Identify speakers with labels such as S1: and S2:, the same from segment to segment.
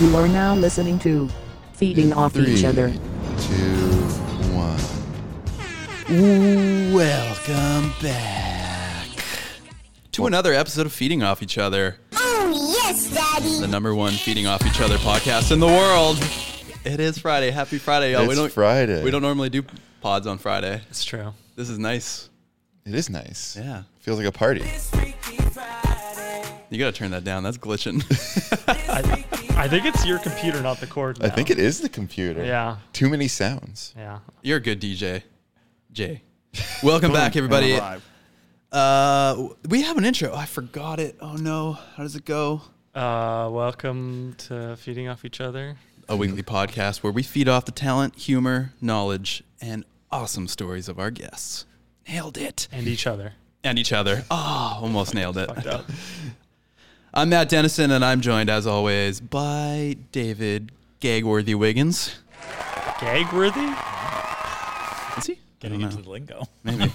S1: You are now listening to Feeding Off Each Other.
S2: Two, one.
S3: Welcome back to another episode of Feeding Off Each Other,
S4: Oh, yes, Daddy.
S3: the number one Feeding Off Each Other podcast in the world. It is Friday. Happy Friday, y'all. we
S2: It's
S3: don't
S2: Friday.
S3: we don't normally do pods on Friday.
S5: It's true.
S3: This is nice.
S2: It is nice.
S3: Yeah.
S2: Feels like a party.
S3: You gotta turn that down. That's glitching.
S5: I, I think it's your computer, not the cord.
S2: I think it is the computer.
S5: Yeah.
S2: Too many sounds.
S5: Yeah.
S3: You're a good DJ, Jay. Welcome back, everybody. Uh, we have an intro. I forgot it. Oh no, how does it go?
S5: Uh, welcome to feeding off each other.
S3: a
S2: Hmm.
S3: weekly podcast where we feed off the talent, humor, knowledge, and awesome stories of our guests. Nailed it.
S5: and each other.
S3: And each other. Oh, almost nailed it.
S5: Fucked up.
S3: I'm Matt Dennison, and I'm joined, as always, by David Gagworthy Wiggins.
S5: Gag worthy?
S3: Is he?
S6: Getting into the lingo.
S3: Maybe.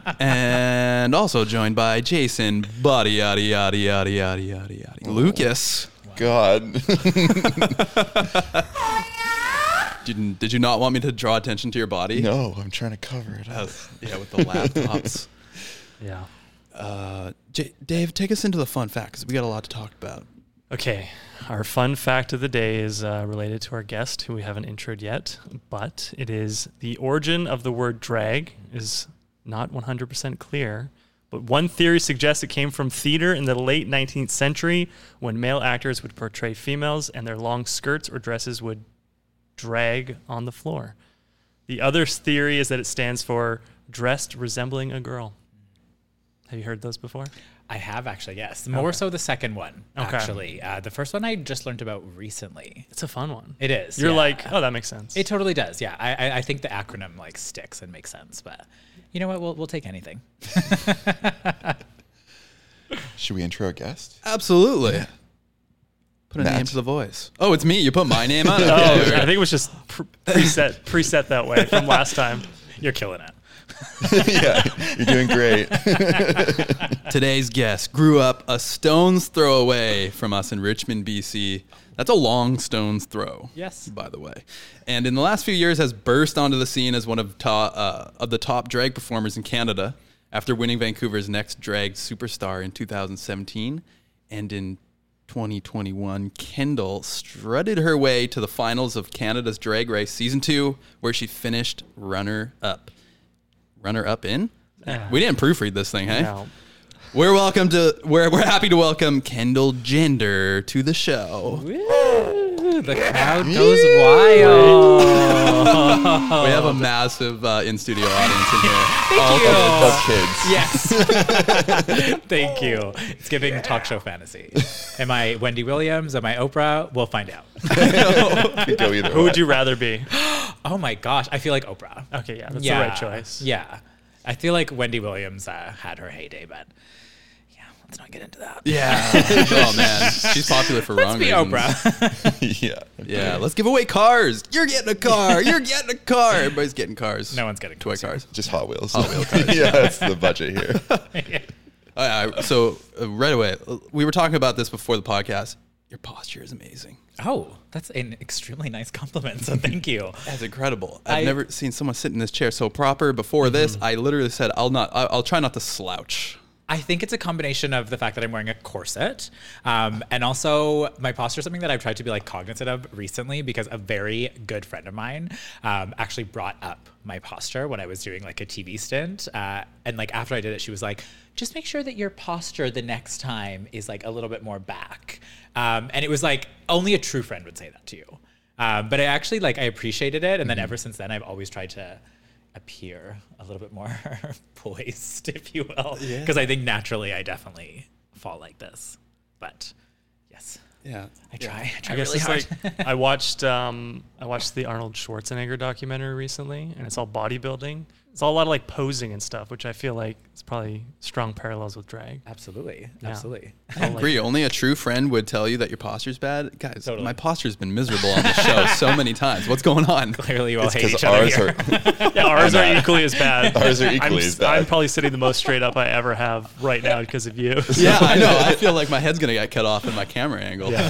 S3: and also joined by Jason Body Yada Yada Yada Yada Yada Yada Lucas.
S2: God.
S3: Did, did you not want me to draw attention to your body?
S2: no, I'm trying to cover it up.
S3: Yes. Yeah, with the laptops.
S5: Yeah.
S3: Uh, J- Dave, take us into the fun fact because we got a lot to talk about.
S5: Okay. Our fun fact of the day is uh, related to our guest who we haven't introed yet, but it is the origin of the word drag is not 100% clear. But one theory suggests it came from theater in the late 19th century when male actors would portray females and their long skirts or dresses would drag on the floor. The other theory is that it stands for dressed resembling a girl. Have you heard those before?
S6: I have actually, yes. More so the second one,
S5: Okay.
S6: actually. Uh, the first one I just learned about recently.
S5: It's a fun one.
S6: It is,
S5: You're
S6: yeah.
S5: like, oh, that makes sense.
S6: It totally does, yeah. I, I, I think the acronym like sticks and makes sense, but you know what? We'll, we'll take anything.
S2: Should we intro a guest?
S3: Absolutely. Put a
S2: Matt.
S3: name to the voice. Oh, it's me. You put my name on it.
S5: Oh,
S3: Okay.
S5: I think it was just pr- preset preset that way from last time. You're killing it.
S2: yeah. You're doing great.
S3: Today's guest grew up a stone's throw away from us in Richmond, BC. That's a long stone's throw.
S6: Yes.
S3: By the way. And in the last few years has burst onto the scene as one of, ta- uh, of the top drag performers in Canada after winning Vancouver's next drag superstar in 2017 and in 2021 Kendall strutted her way to the finals of Canada's Drag Race season 2 where she finished runner up. Runner up in? we didn't proofread this thing, hey?
S5: Now,
S3: We're welcome to we're we're happy to welcome Kendall Gender to the show.
S6: the crowd goes wild.
S3: We have a massive uh, in studio audience in here.
S6: Thank you.
S2: Love kids.
S6: Yes. Thank you. It's giving talk show fantasy. Am I Wendy Williams? Am I Oprah? We'll find out.
S2: Could go either
S5: who
S2: way.
S5: would you rather be?
S6: Oh my gosh. I feel like Oprah.
S5: Okay, yeah, that's the right choice.
S6: Yeah. I feel like Wendy Williams uh, had her heyday, but yeah, let's not get into that.
S3: Yeah. oh man, she's popular for
S6: Let's
S3: wrong
S6: be
S3: reasons.
S6: Oprah.
S2: yeah.
S3: Yeah, let's give away cars. You're getting a car. You're getting a car. Everybody's getting cars.
S6: No one's getting
S3: toy
S6: cars.
S3: cars.
S2: Just Hot Wheels. Hot Wheels. yeah, that's the budget here.
S3: Uh, I- so uh, right away, uh, we were talking about this before the podcast. Your posture is amazing.
S6: oh, that's an extremely nice compliment. So thank you.
S3: That's incredible. I've
S6: I- Mm-hmm.
S3: never seen someone sit in this chair so proper. Before this, I literally said, "I'll not. I- I'll try not to slouch."
S6: I think it's a combination of the fact that I'm wearing a corset, um, and also my posture. is Something that I've tried to be like cognizant of recently because a very good friend of mine um, actually brought up my posture when I was doing like a TV stint, uh, and like after I did it, she was like, "Just make sure that your posture the next time is like a little bit more back." Um, and it was like only a true friend would say that to you, um, but I actually like I appreciated it, and then ever since then, I've always tried to appear a little bit more poised, if you will. Because I think naturally I definitely fall like this. But yes,
S3: Yeah.
S6: I try. I try
S5: I guess
S6: really hard.
S5: it's like I watched um, I watched the Arnold Schwarzenegger documentary recently, and it's all bodybuilding. It's all a lot of like posing and stuff, which I feel like it's probably strong parallels with drag.
S6: absolutely.
S5: Yeah.
S6: Absolutely.
S5: I like-
S3: agree. Only a true friend would tell you that your posture's bad. Guys,
S6: Totally.
S3: my posture's been miserable on the show so many times. What's going on?
S6: Clearly you all hate
S2: Because
S6: each other
S2: ours
S6: here.
S2: are
S5: Yeah, ours are equally as bad.
S2: ours are
S5: I'm,
S2: equally as
S5: s-
S2: bad.
S5: I'm probably sitting the most straight up I ever have right now because of you.
S3: Yeah, I know. I feel like my head's gonna get cut off in my camera angle.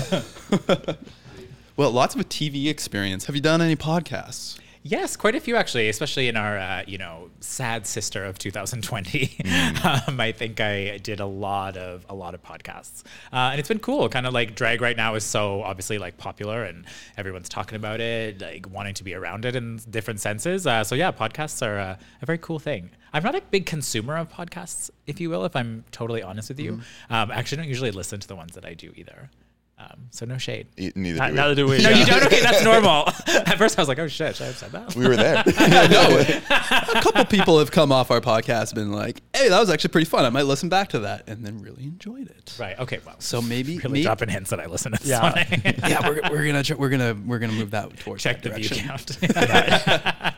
S3: Well, lots of a TV experience. Have you done any podcasts?
S6: Yes, quite a few actually, especially in our uh, you know sad sister of 2020. um, I think I did a lot of a lot of podcasts, uh, and it's been cool. Kind of like drag right now is so obviously like popular, and everyone's talking about it, like wanting to be around it in different senses. Uh, so yeah, podcasts are uh, a very cool thing. I'm not a big consumer of podcasts, if you will, if I'm totally honest with you. Um, I actually don't usually listen to the ones that I do either. Um, so no shade.
S2: E- Neither
S5: Not-
S2: do we.
S5: Neither do we.
S6: No,
S5: yeah.
S6: you don't. Okay, that's normal. At first, I was like, "Oh shit, should I have said that?"
S2: We were there.
S3: No. a couple people have come off our podcast and been like, hey, that was actually pretty fun. I might listen back to that and then really enjoyed it.
S6: Right. Okay. Well,
S3: So maybe,
S6: really
S3: maybe-
S6: dropping hints that I listen to.
S5: Yeah.
S6: Yeah.
S3: yeah, we're, we're gonna tr- we're gonna we're gonna move that towards
S6: Check the
S3: that
S6: view
S3: direction.
S6: count.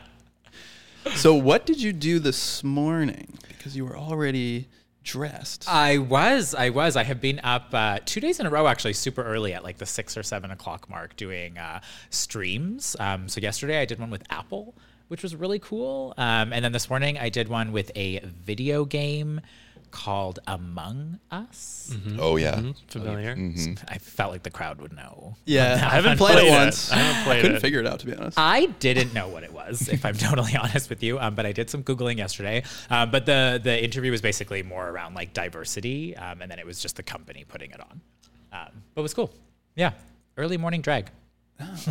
S3: So, what did you do this morning? Because you were already dressed.
S6: I was. I was. I have been up uh, two days in a row, actually, super early at like the six or seven o'clock mark, doing uh, streams. Um, so yesterday I did one with Apple, which was really cool. Um, and then this morning I did one with a video game called Among Us.
S3: Mm-hmm.
S2: Oh yeah.
S5: Familiar.
S2: Mm-hmm.
S6: I felt like the crowd would know.
S3: yeah, I haven't
S5: I've
S3: played, it
S5: played it.
S3: once. Uh,
S5: I haven't played
S3: couldn't
S5: it.
S3: figure it out to be honest.
S6: I didn't know what it was, if I'm totally honest with you. Um, but I did some googling yesterday. Um, but the the interview was basically more around like diversity, um, and then it was just the company putting it on. Um, but it was cool. Yeah, early morning drag.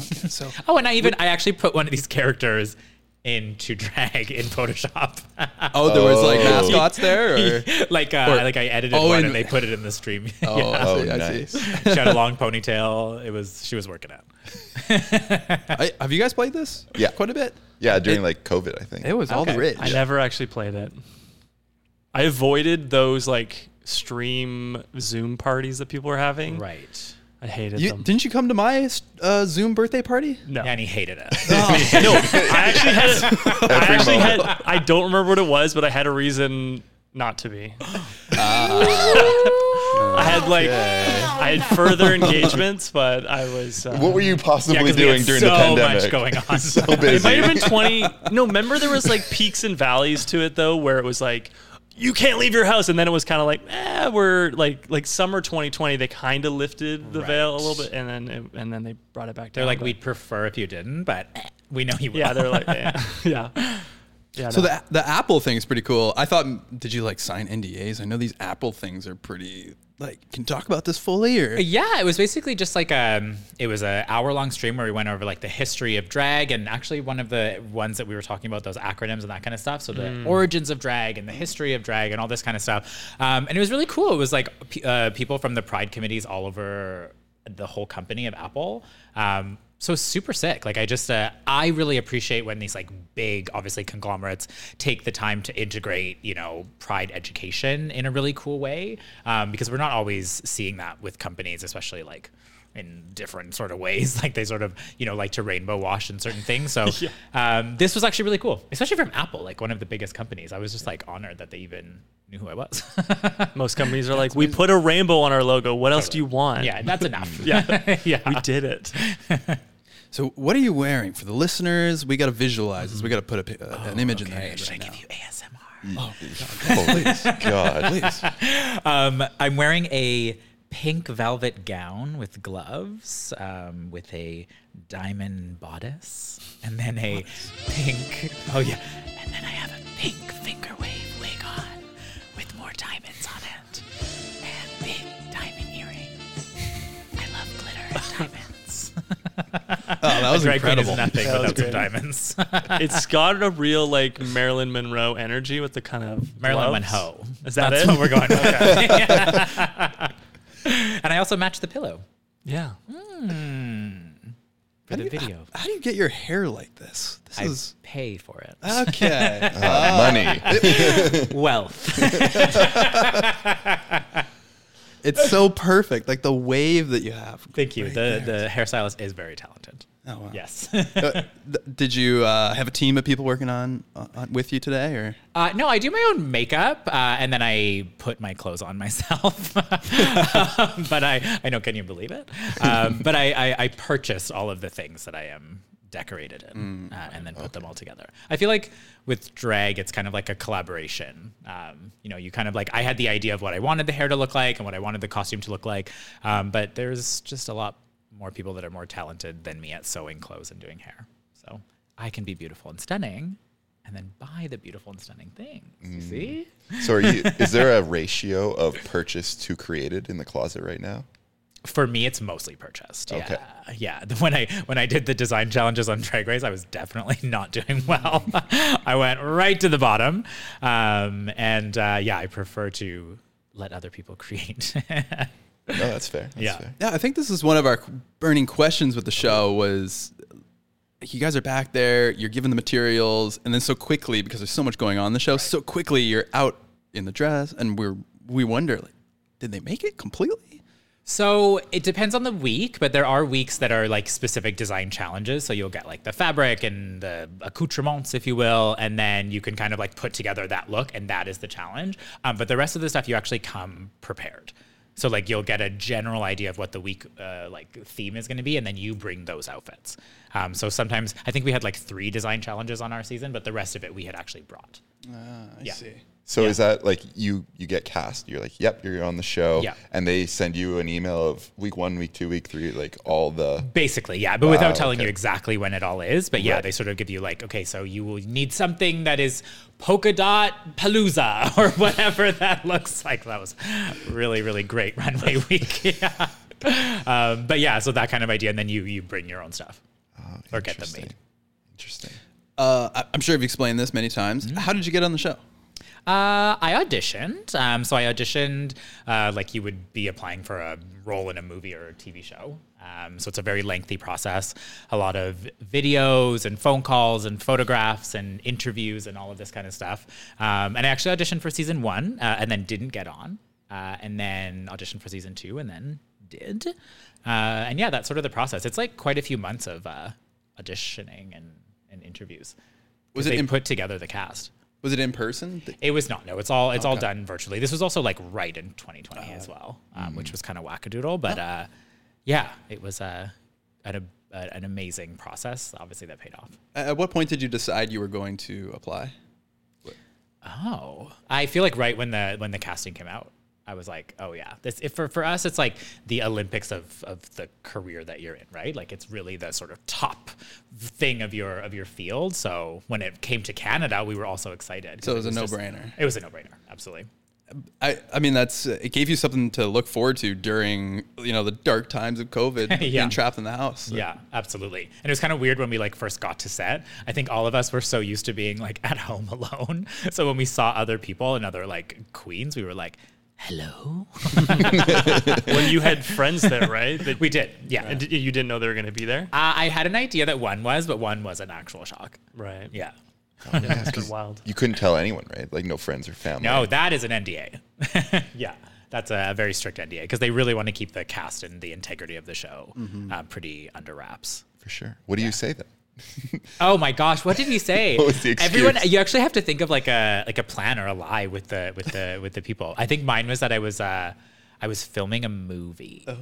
S3: so,
S6: Oh, and I even I actually put one of these characters into drag in Photoshop.
S3: oh, there was like
S2: Oh.
S3: mascots there. Or?
S6: like uh, like I edited
S3: oh,
S6: one
S3: in-
S6: and they put it in the stream.
S3: Oh,
S6: yeah.
S3: I see.
S2: Oh,
S3: I
S2: nice.
S3: see.
S6: She had a long ponytail. It was she was working it.
S3: I, have you guys played this?
S2: Yeah.
S3: quite a bit.
S2: Yeah, during like COVID, I think.
S3: It was all the
S6: Okay.
S3: rage.
S5: I never actually played it. I avoided those like stream Zoom parties that people were having.
S6: Right.
S5: I hated
S3: You,
S5: them.
S3: didn't you come to my uh, Zoom birthday party?
S5: no.
S6: And he hated it.
S5: no, I actually had. I actually had. I don't remember what it was, but I had a reason not to be. I had like I had further engagements, but I was. Uh,
S2: What were you possibly
S6: 'cause we
S2: doing
S6: had
S2: during the
S6: so
S2: pandemic?
S6: much going on.
S2: so busy.
S5: It might have been 20. No, remember there was like peaks and valleys to it though, where it was like you can't leave your house, and then it was kind of like eh, we're like like summer 2020. They kind of lifted the veil a
S6: Right.
S5: little bit, and then it, and then they brought it back down.
S6: They're like,
S5: but-
S6: we'd prefer if you didn't, but eh, we know you will.
S5: yeah, they're like eh, yeah, yeah.
S3: So
S5: no.
S3: the the Apple thing's pretty cool. I thought, did you like sign NDAs? I know these Apple things are pretty like can you talk about this fully or
S6: Yeah, it was basically just like um, it was an hour long stream where we went over like the history of drag and actually one of the ones that we were talking about those acronyms and that kind of stuff. So the
S5: Mm.
S6: origins of drag and the history of drag and all this kind of stuff. Um, and it was really cool. It was like p- uh, people from the pride committees all over the whole company of Apple. Um, so it's super sick. Like I just, uh, I really appreciate when these like big, obviously conglomerates take the time to integrate, you know, pride education in a really cool way, um, because we're not always seeing that with companies, especially like in different sort of ways. Like they sort of, you know, like to rainbow wash and certain things. So um, this was actually really cool, especially from Apple, like one of the biggest companies. I was just like honored that they even knew who I was.
S5: most companies are like, we put a rainbow on our logo. What else do you want?
S6: yeah, that's enough.
S5: yeah,
S6: yeah.
S5: we did it.
S3: So what are you wearing for the listeners? We got to visualize this. We got to put a, pi- uh, an image in there
S6: Oh, Should I
S3: right now.
S6: give you ASMR? Oh,
S2: Holy God.
S6: Um, I'm wearing a pink velvet gown with gloves, um, with a diamond bodice, and then a pink. Oh yeah, and then I have a pink finger wave wig on with more diamonds on it, and big diamond earrings. I love glitter and diamonds.
S3: Oh, that was
S6: Drag queen is
S3: incredible.
S6: nothing
S5: That was
S6: without some
S5: great.
S6: diamonds.
S5: It's got a real like Marilyn Monroe energy with the kind of
S6: Marilyn
S5: gloves.
S6: Monroe.
S5: Is that
S6: That's
S5: it?
S6: what we're going with. and I also matched the pillow
S5: Yeah.
S6: for the video.
S3: How do you get your hair like this? This
S6: I
S3: is
S6: pay for it.
S3: okay.
S2: Uh, Money.
S6: Uh, Wealth.
S3: it's so perfect, like the wave that you have.
S6: Thank you. The the hairstylist is very talented.
S3: Oh, wow.
S6: Yes.
S3: Uh, th- did you uh, have a team of people working on, uh, on with you today, or
S6: uh, no, I do my own makeup, uh, and then I put my clothes on myself. but I, I know, can you believe it? Um, but I, I, I purchased all of the things that I am decorated in, uh, and then put them all together. I feel like with drag, it's kind of like a collaboration. Um, you know, you kind of like I had the idea of what I wanted the hair to look like and what I wanted the costume to look like, um, but there's just a lot more people that are more talented than me at sewing clothes and doing hair. So I can be beautiful and stunning and then buy the beautiful and stunning things. You see?
S2: So, are you, is there a ratio of purchased to created in the closet right now?
S6: For me, it's mostly purchased.
S2: Okay.
S6: Yeah. Yeah. The- When I when I did the design challenges on Drag Race, I was definitely not doing well. I went right to the bottom, um, and uh, yeah, I prefer to let other people create.
S2: No, that's fair. That's
S6: Yeah.
S2: fair.
S3: Yeah, I think this is one of our burning questions with the show was you guys are back there, you're given the materials, and then so quickly, because there's so much going on in the show, so quickly you're out in the dress and we're we wonder like, did they make it completely?
S6: So it depends on the week, but there are weeks that are like specific design challenges. So you'll get like the fabric and the accoutrements, if you will, and then you can kind of like put together that look, and that is the challenge. Um, but the rest of the stuff you actually come prepared. So like you'll get a general idea of what the week uh, like theme is going to be, and then you bring those outfits. Um, so sometimes I think we had like three design challenges on our season, but the rest of it we had actually brought.
S3: I
S6: Yeah.
S2: So is that like you you get cast? You're like, yep, you're on the show,
S6: Yeah.
S2: and they send you an email of week one, week two, week three, like all the
S6: Basically, yeah, but without telling
S2: okay.
S6: you exactly when it all is. But yeah, they sort of give you like, okay, so you will need something that is polka dot palooza or whatever that looks like. That was really, really great runway week. Yeah. Um, but yeah, so that kind of idea, and then you you bring your own stuff or get them
S2: interesting.
S6: made.
S2: Oh, Interesting.
S3: Uh, I- I'm sure you've explained this many times.
S6: Mm-hmm.
S3: How did you get on the show?
S6: Uh, I auditioned. Um, so I auditioned uh, like you would be applying for a role in a movie or a TV show. Um, so it's a very lengthy process. A lot of videos and phone calls and photographs and interviews and all of this kind of stuff. Um, and I actually auditioned for season one uh, and then didn't get on. Uh, and then auditioned for season two and then did. Uh, and yeah, that's sort of the process. It's like quite a few months of uh, auditioning and, and interviews.
S3: Was
S6: 'Cause
S3: it
S6: they
S3: in-
S6: put together the cast?
S3: Was it in person? Th-
S6: It was not. No, it's all it's all done virtually. This was also like right in 2020
S3: Oh.
S6: as well, um,
S3: Mm.
S6: which was kind of wackadoodle. But uh, yeah, it was uh, an, ab- uh, an amazing process. Obviously, that paid off.
S3: At at what point did you decide you were going to apply?
S6: Oh, I feel like right when the when the casting came out, I was like, oh yeah, this if for for us, it's like the Olympics of of the career that you're in, right? Like it's really the sort of top thing of your of your field. So when it came to Canada, we were also excited.
S3: So it was a
S6: just-
S3: no-brainer.
S6: It was a no brainer, absolutely.
S3: I, I mean that's it gave you something to look forward to during you know the dark times of COVID
S6: Yeah.
S3: being trapped in the house.
S6: Yeah, absolutely. And it was kind of weird when we like first got to set. I think all of us were so used to being like at home alone. So when we saw other people and other like queens, we were like, "Hello."
S5: Well, you had friends there, right? That
S6: We did. Yeah.
S5: And d- you didn't know they were going to be there,
S6: Uh, I had an idea that one was, but one was an actual shock.
S5: right?
S6: Yeah.
S5: it's been wild.
S2: You couldn't tell anyone, right? Like no friends or family.
S6: No, that is an NDA. yeah. That's a very strict NDA because they really want to keep the cast and the integrity of the show uh, pretty under wraps.
S2: for sure. What do you say then?
S6: Oh my gosh, what did we say?
S2: What was the
S6: Everyone,
S2: excuse?
S6: you actually have to think of like a like a plan or a lie with the with the with the people. I think mine was that I was uh I was filming a movie. Oh.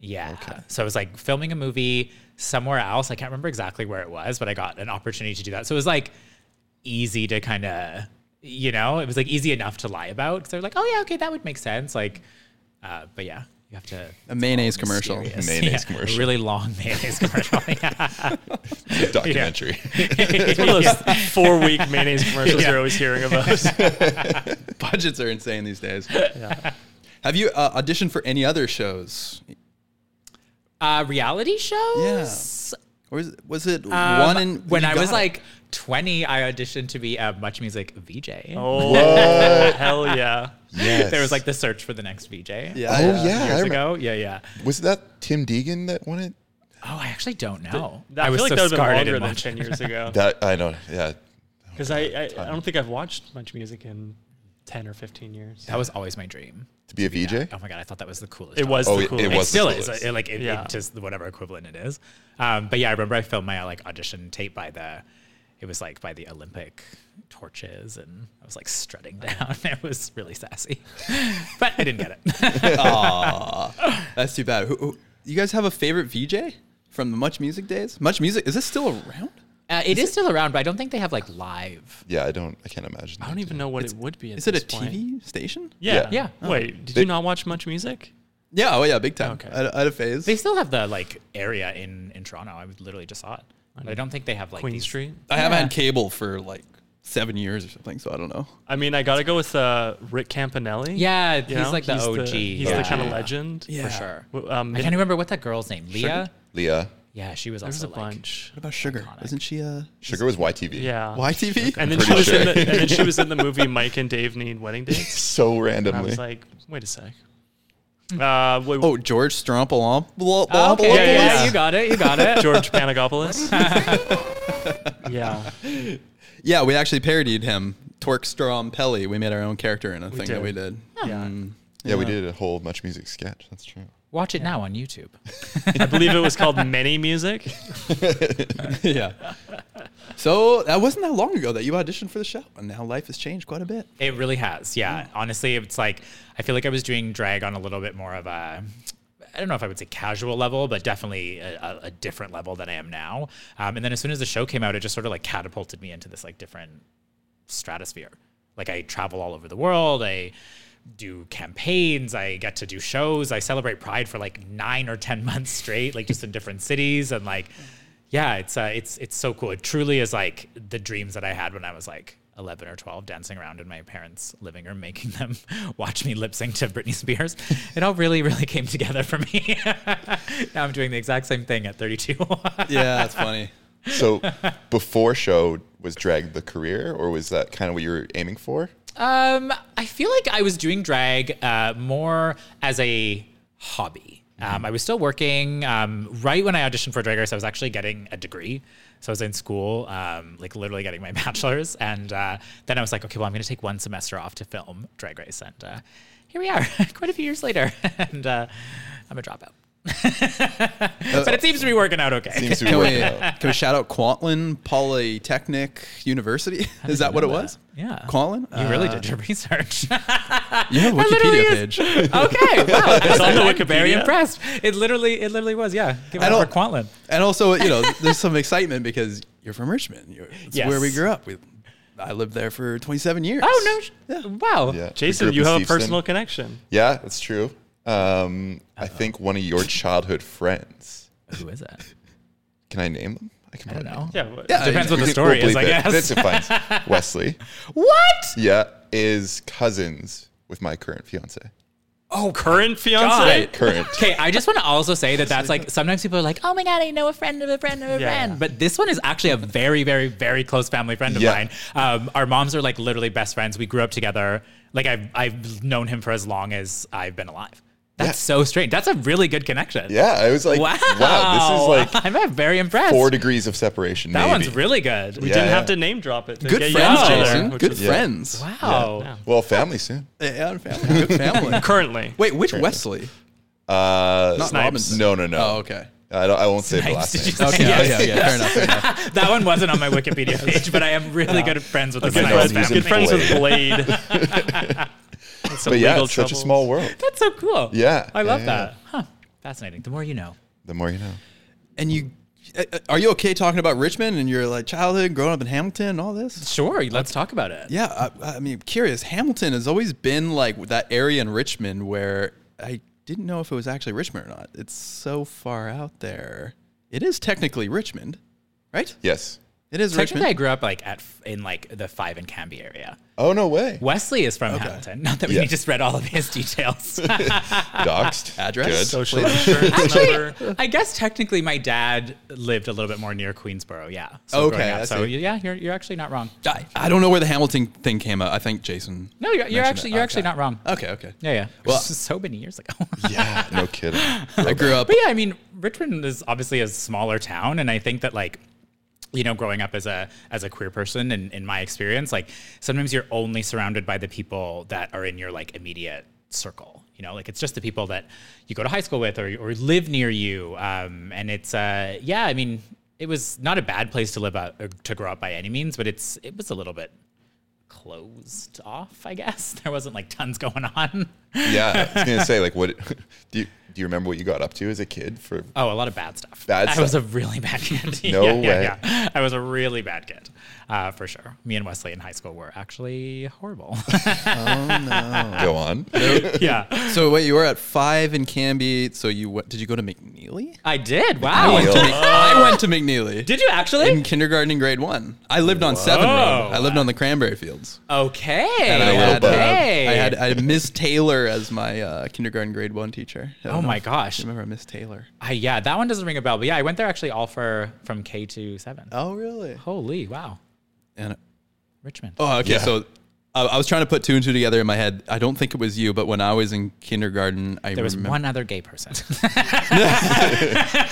S6: Yeah. So it was like filming a movie somewhere else. I can't remember exactly where it was, but I got an opportunity to do that. So it was like easy to kind of you know, it was like easy enough to lie about. Cause they're like, oh yeah, okay, that would make sense. Like, uh, but yeah, you have to
S3: A mayonnaise commercial.
S6: Serious.
S2: Mayonnaise
S6: Yeah,
S2: commercial.
S6: a really long mayonnaise commercial.
S2: The documentary.
S5: It's one of those four week mayonnaise commercials you're always hearing about.
S3: Budgets are insane these days. Have you uh, auditioned for any other shows?
S6: Uh, reality shows.
S3: Or is, was it
S6: Um,
S3: one in
S6: when
S3: you
S6: I was
S3: got it?
S6: like 20, I auditioned to be a Much Music VJ.
S5: Oh, hell yeah.
S2: yes.
S6: There was like the search for the next VJ.
S3: Yeah,
S2: Oh yeah, I
S6: Years
S2: remember.
S6: ago, yeah, yeah.
S2: was that Tim Deegan that won it?
S6: Oh, I actually don't know.
S5: That, I,
S6: was
S5: feel like
S6: so
S5: that would have been
S6: scarred I
S5: longer
S6: didn't
S5: than
S6: watch
S5: 10
S6: it.
S5: years ago.
S2: That I don't. Yeah,
S5: Because I, I, I don't think I've watched much music in 10 or 15 years.
S6: That was always my dream.
S2: to be a VJ.
S6: Oh my god, I thought that was the coolest.
S5: It
S6: job.
S5: was
S2: Oh,
S5: the
S2: it-
S5: coolest.
S2: it
S6: It
S2: was the
S6: still is
S2: coolest.
S6: uh, like it, it
S5: Yeah.
S6: just whatever equivalent it is. Um, but yeah, I remember I filmed my like audition tape by the, it was like by the Olympic torches, and I was like strutting down. It was really sassy, but I didn't get it.
S3: That's too bad. Who, who- you guys have a favorite VJ from the Much Music days? Much Music is this still around?
S6: Uh, it is, still around, but I don't think they have like live.
S2: Yeah, I don't. I can't imagine.
S5: I don't even know what it would be. At
S3: Is it a
S5: this point.
S3: TV station?
S5: Yeah.
S2: Yeah.
S5: Wait, did
S2: They-
S5: you not watch much music?
S3: Yeah, oh yeah, big time.
S5: Okay.
S3: I, I had a phase.
S6: They still have the like area in in Toronto. I was- literally just saw it. But I don't think they have like
S5: Queen
S6: these-
S5: Street.
S3: I haven't had cable for like seven years or something, so I don't know.
S5: I mean, I gotta go with uh, Rick Campanelli.
S6: Yeah,
S5: You
S6: he's like the OG.
S5: he's
S6: Yeah.
S5: the kind of
S6: Yeah.
S5: legend.
S3: Yeah.
S6: for sure.
S5: W- Um,
S6: I can't remember what that girl's name. Leah.
S2: Leah.
S6: Yeah, she was
S5: There's
S6: also
S5: a
S6: like,
S5: bunch.
S3: What about Sugar? Isn't she uh, a
S2: Sugar was YTV.
S5: Yeah.
S3: YTV?
S5: And then she
S2: Pretty
S5: was in
S2: sure.
S5: the and then she was in the movie Mike and Dave Need Wedding Dates.
S2: So
S5: I
S2: randomly.
S5: was like, wait a sec.
S6: Hmm.
S5: Uh, wait,
S3: oh, George Strompolamp.
S6: Oh, okay, yeah,
S5: yeah, yeah.
S6: you got it, you got it.
S5: George Panagopoulos. yeah,
S3: Yeah, we actually parodied him. Torque Strom Pelly. We made our own character in a thing that
S5: did.
S3: we did.
S5: yeah.
S6: Hmm.
S2: yeah, we did a whole Much Music sketch. That's true.
S6: Watch it now on YouTube.
S5: I believe it was called Many Music.
S3: yeah. So that wasn't that long ago that you auditioned for the show, and now life has changed quite a bit.
S6: It really has, yeah. Honestly, it's like I feel like I was doing drag on a little bit more of a. I don't know if I would say casual level, but definitely a, a, a different level than I am now. Um, and then as soon as the show came out, it just sort of like catapulted me into this like different stratosphere. Like I travel all over the world. I do campaigns. I get to do shows. I celebrate Pride for like nine or ten months straight, like just in different cities. And like, yeah, it's uh, it's it's so cool. It truly is like the dreams that I had when I was like eleven or twelve, dancing around in my parents' living room, making them watch me lip sync to Britney Spears. It all really, really came together for me. now I'm doing the exact same thing at 32.
S3: Yeah, that's funny.
S2: So before show was drag the career, or was that kind of what you were aiming for?
S6: Um, I feel like I was doing drag uh, more as a hobby. Um, I was still working. Um, right when I auditioned for Drag Race, I was actually getting a degree. So I was in school, um, like literally getting my bachelor's. And uh, then I was like, okay, well, I'm going to take one semester off to film Drag Race. And uh, here we are, quite a few years later. and uh, I'm a dropout. but it seems to be working out okay.
S2: Seems to be
S5: Oh,
S3: Can we,
S2: working out.
S3: can we shout out Kwantlen Polytechnic University? Is that what it was?
S6: Yeah.
S3: Kwantlen?
S6: You really did your research.
S3: You have a
S6: literally
S3: Wikipedia
S6: is-
S3: page.
S6: okay, wow, it's
S5: on
S6: on
S5: the
S6: the Wikipedia. Very
S5: Wikipedia?
S6: impressed. It literally, it literally was. Yeah, give
S3: I
S6: it up
S3: don't-
S6: for Quantlin.
S3: And also, you know, there's some excitement because you're from Richmond. You're, it's
S6: Yes.
S3: where we grew up. We, I lived there for 27 years.
S6: Oh no! sh-
S2: Yeah.
S6: Wow.
S2: we grew
S5: Jason,
S2: up
S5: you
S2: in
S5: have a
S2: Steveston.
S5: personal connection.
S2: Yeah, that's true. Um, I think one of your childhood friends.
S6: Who is that?
S2: Can I name them? I can
S6: I don't
S2: probably
S6: know.
S5: Yeah, w-
S3: Yeah.
S6: Depends
S2: We
S6: what the
S2: can-
S6: story
S2: we'll
S6: is, I
S2: bleep it.
S6: guess.
S2: That defines Wesley.
S6: What?
S2: Yeah, is cousins with my current fiance.
S5: Oh, current fiance.
S2: Current.
S6: Ah, Okay, I just want to also say that that's like sometimes people are like, "Oh my god, I know a friend of a friend of a
S5: Yeah.
S6: friend," but this one is actually a very, very, very close family friend of
S2: Yeah.
S6: mine. Um, our moms are like literally best friends. We grew up together. Like I've I've known him for as long as I've been alive. That's
S2: Yeah.
S6: so strange. That's a really good connection.
S2: Yeah, I was like, wow,
S6: Wow.
S2: this is like
S6: I'm uh, very impressed.
S2: four degrees of separation.
S6: that
S2: maybe.
S6: one's really good.
S5: We
S2: Yeah,
S5: didn't
S2: yeah.
S5: have to name drop it. to
S3: Good
S5: get you
S3: friends,
S5: out there,
S3: Jason.
S5: which
S3: Good
S5: is-
S3: friends.
S6: Wow.
S2: Well, family soon.
S3: Yeah, and family. Good family.
S5: Currently,
S3: Wait, which Wesley?
S2: Uh,
S3: Not
S5: Snipes.
S3: Robinson.
S2: No, no, no.
S3: Oh, okay.
S2: I, don't, I won't say the
S6: Snipes,
S2: last
S6: did
S2: name.
S6: you say-
S3: Okay,
S6: Yes.
S3: yeah, yeah, fair enough. Fair enough.
S6: That one wasn't on my Wikipedia page, but I am really good friends with the
S5: good,
S2: I
S6: Snipes
S2: was
S5: friends,
S2: using
S5: good
S6: family.
S5: friends with Blade. That's some
S2: But yeah,
S5: legal
S2: it's such a
S5: troubles.
S2: small world.
S6: That's so cool.
S2: Yeah,
S6: I love
S2: yeah,
S6: that. Huh. Fascinating. The more you know.
S2: The more you know.
S3: And you, uh, uh, are you okay talking about Richmond and your like childhood, growing up in Hamilton, and all this?
S6: Sure. Let's talk about it.
S3: Yeah, I, I mean, curious. Hamilton has always been like that area in Richmond where I didn't know if it was actually Richmond or not. It's so far out there. It is technically Richmond, right?
S2: Yes.
S3: It is
S6: Technically, I
S3: Richmond.
S6: grew up like at in like the five and Canby area.
S2: Oh no way.
S6: Wesley is from Hamilton. Not that we
S2: Yeah.
S6: just read all of his details.
S2: Doxed.
S3: Address?
S2: Good.
S5: social insurance number.
S6: I guess technically, my dad lived a little bit more near Queensboro. Yeah. So growing
S3: Okay,
S6: up.
S3: I
S6: So
S3: see.
S6: yeah, you're, you're actually not wrong.
S3: I, I don't know where the Hamilton thing came up. I think Jason.
S6: No, you're, you're
S3: mentioned
S6: actually
S3: it.
S6: you're actually
S3: Okay.
S6: not wrong.
S3: Okay, okay.
S6: Yeah, yeah.
S3: Well-
S6: Well, so many years ago.
S2: Yeah. No kidding.
S3: I grew up.
S6: But yeah, I mean, Richmond is obviously a smaller town, and I think that like, you know, growing up as a as a queer person, and in my experience, like sometimes you're only surrounded by the people that are in your like immediate circle. You know, like it's just the people that you go to high school with or or live near you. Um, and it's uh, yeah, I mean, it was not a bad place to live out or to grow up by any means, but it's it was a little bit closed off, I guess. There wasn't like tons going on.
S2: Yeah. I was gonna say like, what do you do? do you remember what you got up to as a kid for
S6: Oh, a lot of bad stuff.
S2: Bad
S6: I was a
S2: stuff.
S6: really bad kid.
S2: No
S6: yeah, yeah,
S2: way.
S6: yeah. I was a really bad kid, uh, for sure. Me and Wesley in high school were actually horrible.
S3: Oh.
S2: go on?
S6: yeah,
S3: So wait, you were at five in Canby. So you went, did you go to McNeely?
S6: I did. Wow.
S2: Neil.
S3: I went to McNeely.
S6: Uh, Did you actually?
S3: in kindergarten and grade one. I lived on Seven Road.
S6: Whoa.
S3: I lived on the Cranberry Fields.
S6: okay.
S3: And I, had, uh,
S6: okay.
S3: I had I had Miss Taylor as my uh, kindergarten grade one teacher. I don't
S6: Oh
S3: know
S6: my
S3: if
S6: gosh.
S3: you remember Miss Taylor?
S6: I- yeah, that one doesn't ring a bell, but yeah, I went there actually all for from K to seven.
S3: Oh really?
S6: Holy wow,
S3: And
S6: Richmond.
S3: oh okay.
S2: Yeah.
S3: So I, I was trying to put two and two together in my head. I don't think it was you, but when I was in kindergarten, I
S6: there was
S3: remember.
S6: one other gay person.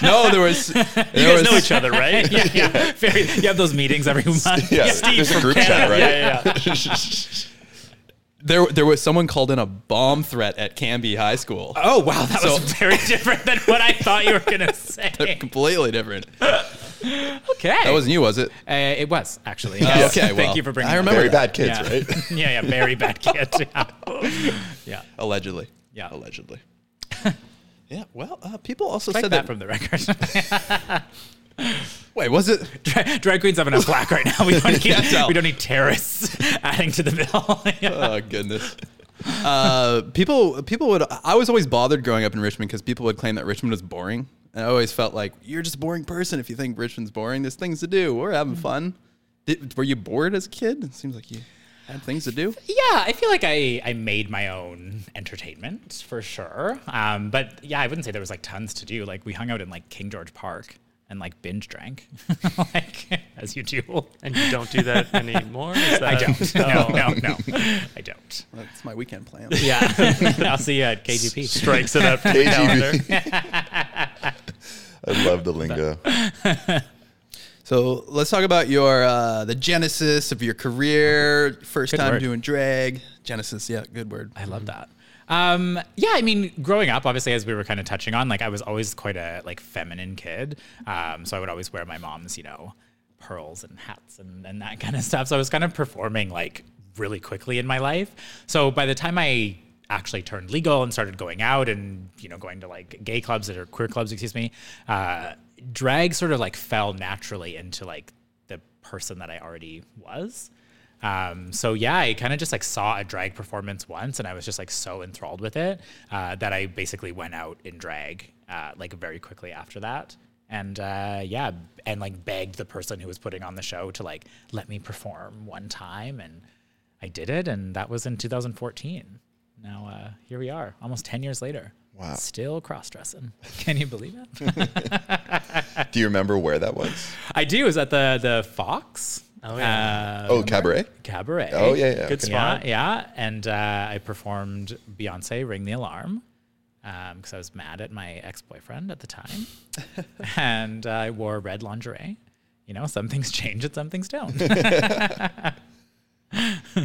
S3: No, there was. There
S5: You guys
S3: was,
S5: know each other, right? yeah,
S6: yeah, very, you have those meetings every month.
S2: Yeah, there's a group chat, right?
S5: yeah, yeah.
S3: There, there was someone called in a bomb threat at Canby High School.
S6: Oh wow, that was
S3: So-
S6: very different than what I thought you were gonna say.
S3: Completely different.
S6: Okay,
S3: That wasn't you, was it?
S6: Uh, it was actually. Uh,
S3: Yeah. Okay,
S6: Thank
S3: well,
S6: you for bringing.
S3: I
S6: that
S3: remember
S2: Very
S6: up.
S2: bad kids,
S6: Yeah.
S2: right?
S6: yeah, yeah, very bad kid. Yeah. yeah.
S3: Allegedly.
S6: Yeah.
S3: Allegedly. yeah. Well, uh, people also
S6: Strike
S3: said that.
S6: that from the record.
S3: wait, was it?
S6: Dra- Drag queens have enough black right now. We don't need,
S3: Yeah, no.
S6: we don't need terrorists adding to the bill. Yeah.
S3: Oh goodness. Uh, people, people would. I was always bothered growing up in Richmond because people would claim that Richmond was boring, and I always felt like you're just a boring person if you think Richmond's boring. There's things to do. We're
S6: Mm-hmm.
S3: having fun. Did, were you bored as a kid? It seems like you had things to do.
S6: Yeah, I feel like I, I made my own entertainment for sure. Um, but yeah, I wouldn't say there was like tons to do. Like we hung out in like King George Park and like binge drank, like as you do.
S5: And you don't do that anymore? Is that,
S6: I don't. No, no, no. I don't.
S3: That's my weekend plan.
S6: Yeah. I'll see you at KGP.
S5: Strikes it up.
S2: KGB. I love the lingo.
S3: So let's talk about your uh, the genesis of your career. First
S6: Good
S3: time
S6: word.
S3: doing drag. Genesis. Yeah, good word.
S6: I love that. Um, yeah, I mean, growing up, obviously, as we were kind of touching on, like I was always quite a like feminine kid. Um, so I would always wear my mom's, you know, pearls and hats and, and that kind of stuff. So I was kind of performing like really quickly in my life. So by the time I actually turned legal and started going out and you know going to like gay clubs or queer clubs, excuse me, uh, drag sort of like fell naturally into like the person that I already was. Um, so yeah, I kind of just like saw a drag performance once, and I was just like so enthralled with it uh, that I basically went out in drag uh, like very quickly after that, and uh, yeah, and like begged the person who was putting on the show to like let me perform one time, and I did it, and that was in 2014. Now uh, here we are, almost 10 years later.
S2: Wow.
S6: Still cross dressing. Can you believe it?
S2: Do you remember where that was?
S6: I do. Is that the the Fox? Uh,
S5: Oh, yeah.
S2: Oh, cabaret.
S6: Cabaret.
S2: Oh yeah, yeah.
S5: Good
S2: okay.
S5: spot.
S6: Yeah, yeah. And uh, I performed Beyonce "Ring the Alarm" because I was mad at my ex-boyfriend at the time, and I wore red lingerie. You know, some things change and some things don't.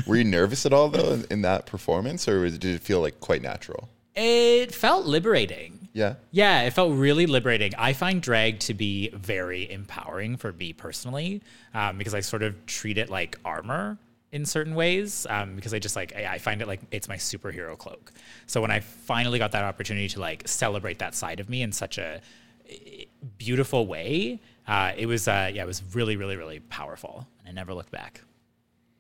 S2: Were you nervous at all though in, in that performance, or was, did it feel like quite natural?
S6: it felt liberating.
S2: Yeah.
S6: Yeah, it felt really liberating. I find drag to be very empowering for me personally um, because I sort of treat it like armor in certain ways um, because I just like, I, I find it like it's my superhero cloak. So when I finally got that opportunity to like celebrate that side of me in such a eh, beautiful way, uh, it was, uh, yeah, it was really, really, really powerful. And I never looked back.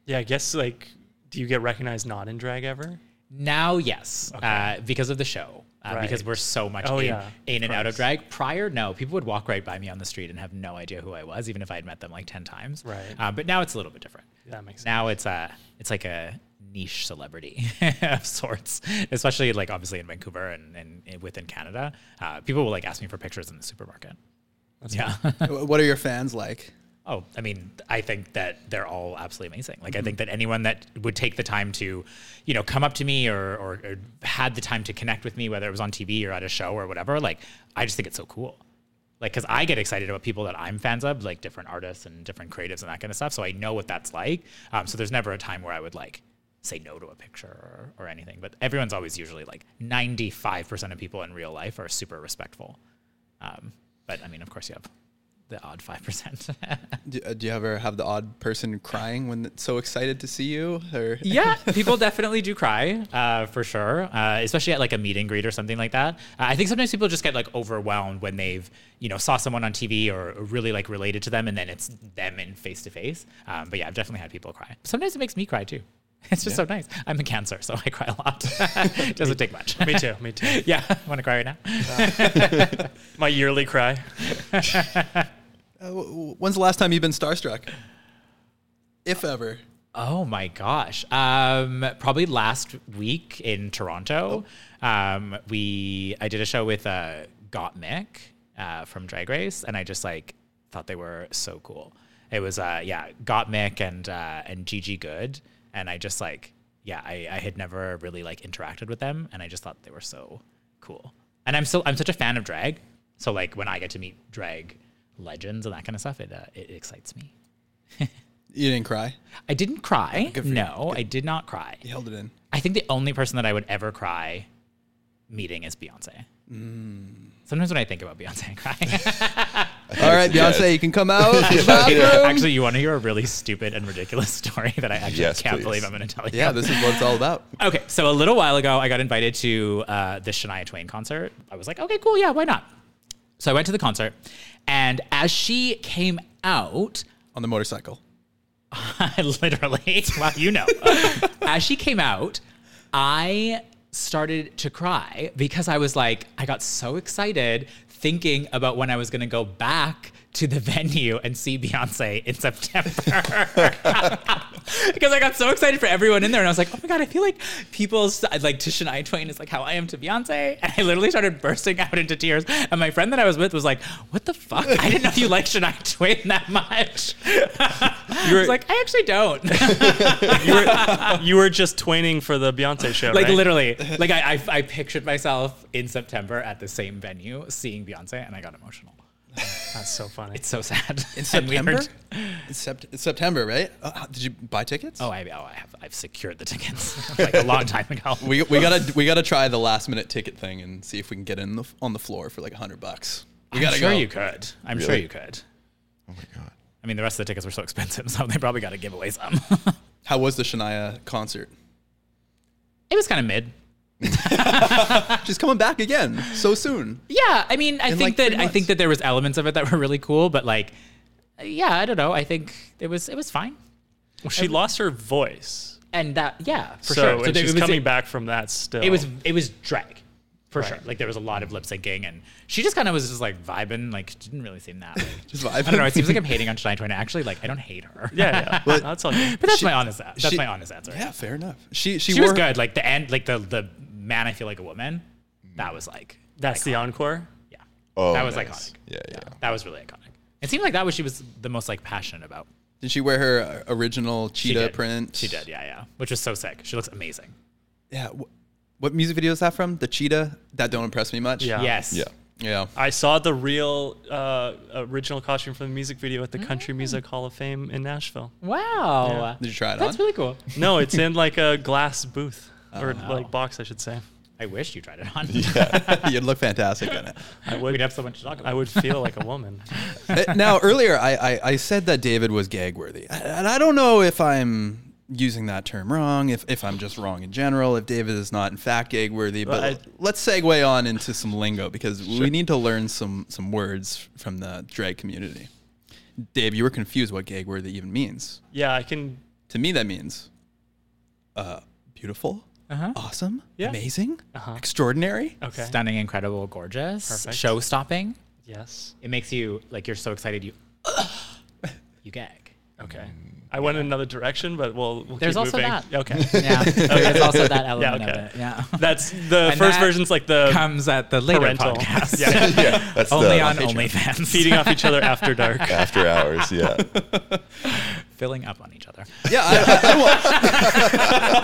S5: Yeah, I guess, like, do you get recognized not in drag ever?
S6: Now, yes, uh, because of the show, uh, because
S5: Right.
S6: we're so much
S5: Oh,
S6: in,
S5: yeah.
S6: in and out of
S5: Christ.
S6: drag. Prior, no, people would walk right by me on the street and have no idea who I was, even if I had met them like ten times.
S5: Right.
S6: Uh, but now it's a little bit different.
S5: That makes sense.
S6: Now it's a, it's like a niche celebrity of sorts, especially like obviously in Vancouver and, and, and within Canada. Uh, people will like ask me for pictures in the supermarket. yeah.
S3: what are your fans like?
S6: Oh, I mean, I think that they're all absolutely amazing. Like, I think that anyone that would take the time to, you know, come up to me or, or, or had the time to connect with me, whether it was on TV or at a show or whatever, like, I just think it's so cool. Like, because I get excited about people that I'm fans of, like different artists and different creatives and that kind of stuff. So I know what that's like. Um, so there's never a time where I would like say no to a picture or, or anything. But everyone's always usually like 95% of people in real life are super respectful. Um, but I mean, of course, you have the odd 5%.
S3: Do, uh, do you ever have the odd person crying when th- so excited to see you? Or
S6: yeah, people definitely do cry uh, for sure, uh, especially at like a meet and greet or something like that. Uh, I think sometimes people just get like overwhelmed when they've you know saw someone on TV or really like related to them, and then it's them in face to face. Um, But yeah, I've definitely had people cry. Sometimes it makes me cry too. It's just so nice. I'm a cancer, so I cry a lot. it doesn't take much.
S5: Me too. Me too.
S6: yeah, want to cry right now?
S5: My yearly cry.
S3: Uh, w- w- when's the last time you've been starstruck? If ever.
S6: Oh my gosh. Um, probably last week in Toronto, um, we I did a show with uh, Gottmik uh, from Drag Race, and I just like thought they were so cool. It was uh, yeah, Gottmik and uh, and Gigi Good, and I just like yeah, I, I had never really like interacted with them, and I just thought they were so cool. And I'm so I'm such a fan of drag, so like when I get to meet drag legends and that kind of stuff, it uh, it excites me.
S3: You didn't cry.
S6: I didn't cry. No, I did not cry.
S3: You held it in.
S6: I think the only person that I would ever cry meeting is Beyonce.
S2: Mm.
S6: Sometimes when I think about Beyonce, I cry.
S3: All right, Beyonce, you can come out. of the bathroom.
S6: actually, you want to hear a really stupid and ridiculous story that I actually
S2: Yes,
S6: can't
S2: please.
S6: believe I'm going to tell you.
S3: Yeah, this is what it's all about.
S6: Okay, so a little while ago, I got invited to uh, the Shania Twain concert. I was like, okay, cool, yeah, why not? So I went to the concert, and as she came out,
S3: On the motorcycle.
S6: literally. Well, you know. As she came out, I started to cry because I was like, I got so excited thinking about when I was going to go back to the venue and see Beyonce in September. because I got so excited for everyone in there, and I was like, "Oh my god, I feel like people's like to Shania Twain is like how I am to Beyonce," and I literally started bursting out into tears. And my friend that I was with was like, "What the fuck? I didn't know you liked Shania Twain that much." I was like, "I actually don't."
S5: You were, you were just twaining for the Beyonce show,
S6: like
S5: right?
S6: literally, like I, I I pictured myself in September at the same venue seeing Beyonce, and I got emotional.
S5: That's so funny.
S6: It's so sad.
S3: In
S6: and weird.
S3: September? In sept- it's September, right? Uh, how- did you buy tickets?
S6: Oh, I, oh, I have I've secured the tickets like a long time ago.
S3: We, we gotta we gotta try the last minute ticket thing and see if we can get in the, on the floor for like hundred bucks. We
S6: I'm
S3: gotta
S6: sure
S3: go.
S6: you could. I'm sure
S2: Really?
S6: you could.
S2: Oh my god.
S6: I mean, the rest of the tickets were so expensive, so they probably got to give away some.
S3: How was the Shania concert?
S6: it was kind of mid.
S3: She's coming back again so soon.
S6: Yeah, I mean, I
S3: In, like,
S6: think
S3: three
S6: that I
S3: months.
S6: think that there was elements of it that were really cool, but like, yeah, I don't know. I think it was it was fine,
S5: Well, she lost her voice,
S6: and that yeah,
S5: so,
S6: for sure.
S5: and
S6: there-
S5: she's
S6: it was,
S5: coming
S6: it,
S5: back from that. Still,
S6: It was it was drag, for sure.
S5: Right.
S6: Like there was a lot of lip syncing, and she just kind of was just like vibing. Like didn't really seem that. Like,
S3: Just vibing.
S6: I don't know. It seems like I'm hating on Shania Twain. Actually, like I don't hate her.
S5: yeah, yeah.
S3: Well,
S5: that's all. Good.
S6: but that's
S3: She-
S6: my honest. That's
S3: she-
S6: my honest answer.
S3: Yeah, fair enough. She she,
S6: she
S3: wore
S6: was good. Like the end, like the the man, I feel like a woman. That was like
S5: That's the encore.
S6: yeah,
S2: Oh,
S6: that was
S2: nice.
S6: iconic.
S2: Yeah, yeah.
S6: That was really iconic. It seemed like that was she was the most like passionate about.
S3: Did she wear her uh, original
S6: She
S3: cheetah
S6: did.
S3: print?
S6: She did, yeah, yeah, which was so sick. She looks amazing.
S3: Yeah. wh- what music video is that from? The cheetah that don't impress me much.
S5: Yeah.
S6: Yes.
S2: Yeah.
S3: Yeah.
S5: I saw the real uh, original costume from the music video
S6: Ah.
S5: at the Country Music Hall of Fame in Nashville.
S6: Wow.
S3: Did you try it
S6: That's
S3: on?
S6: really cool.
S5: No, it's in like a glass booth
S6: Oh,
S5: or like box, I should say.
S6: I wish you tried it on.
S3: You'd look fantastic in it.
S5: I would,
S6: We'd have so much to talk about.
S5: I would feel like a woman.
S3: Uh, now earlier I, I, I said that David was gag worthy, and I don't know if I'm using that term wrong, if, if I'm just wrong in general, if David is not in fact gag worthy. But
S5: Well, I-
S3: let's segue on into some lingo because we need to learn some some words from the drag community. Dave, you were confused what gag worthy even means.
S5: Yeah, I can.
S3: To me, that means uh, beautiful, awesome,
S5: Uh-huh. Yeah. Uh-huh.
S3: amazing, extraordinary.
S5: Okay.
S6: Stunning, incredible, gorgeous,
S5: Perfect.
S6: show stopping.
S5: Yes.
S6: It makes you like you're so excited you you gag.
S5: Okay. I went in another direction, but we'll. we'll
S6: There's
S5: keep
S6: also
S5: Mm-hmm. moving.
S6: that.
S5: Okay.
S6: Yeah, there's also that
S5: yeah.
S6: element
S5: Okay.
S6: of it. Yeah.
S5: That's the
S6: And
S5: first
S6: that
S5: version's like the
S6: comes at the later
S5: parental.
S6: podcast.
S5: Yeah.
S2: yeah that's
S6: Only
S2: the
S6: on OnlyFans.
S5: Feeding off each other after dark.
S2: after hours. Yeah.
S6: filling up on each other.
S3: Yeah, I, I, I want,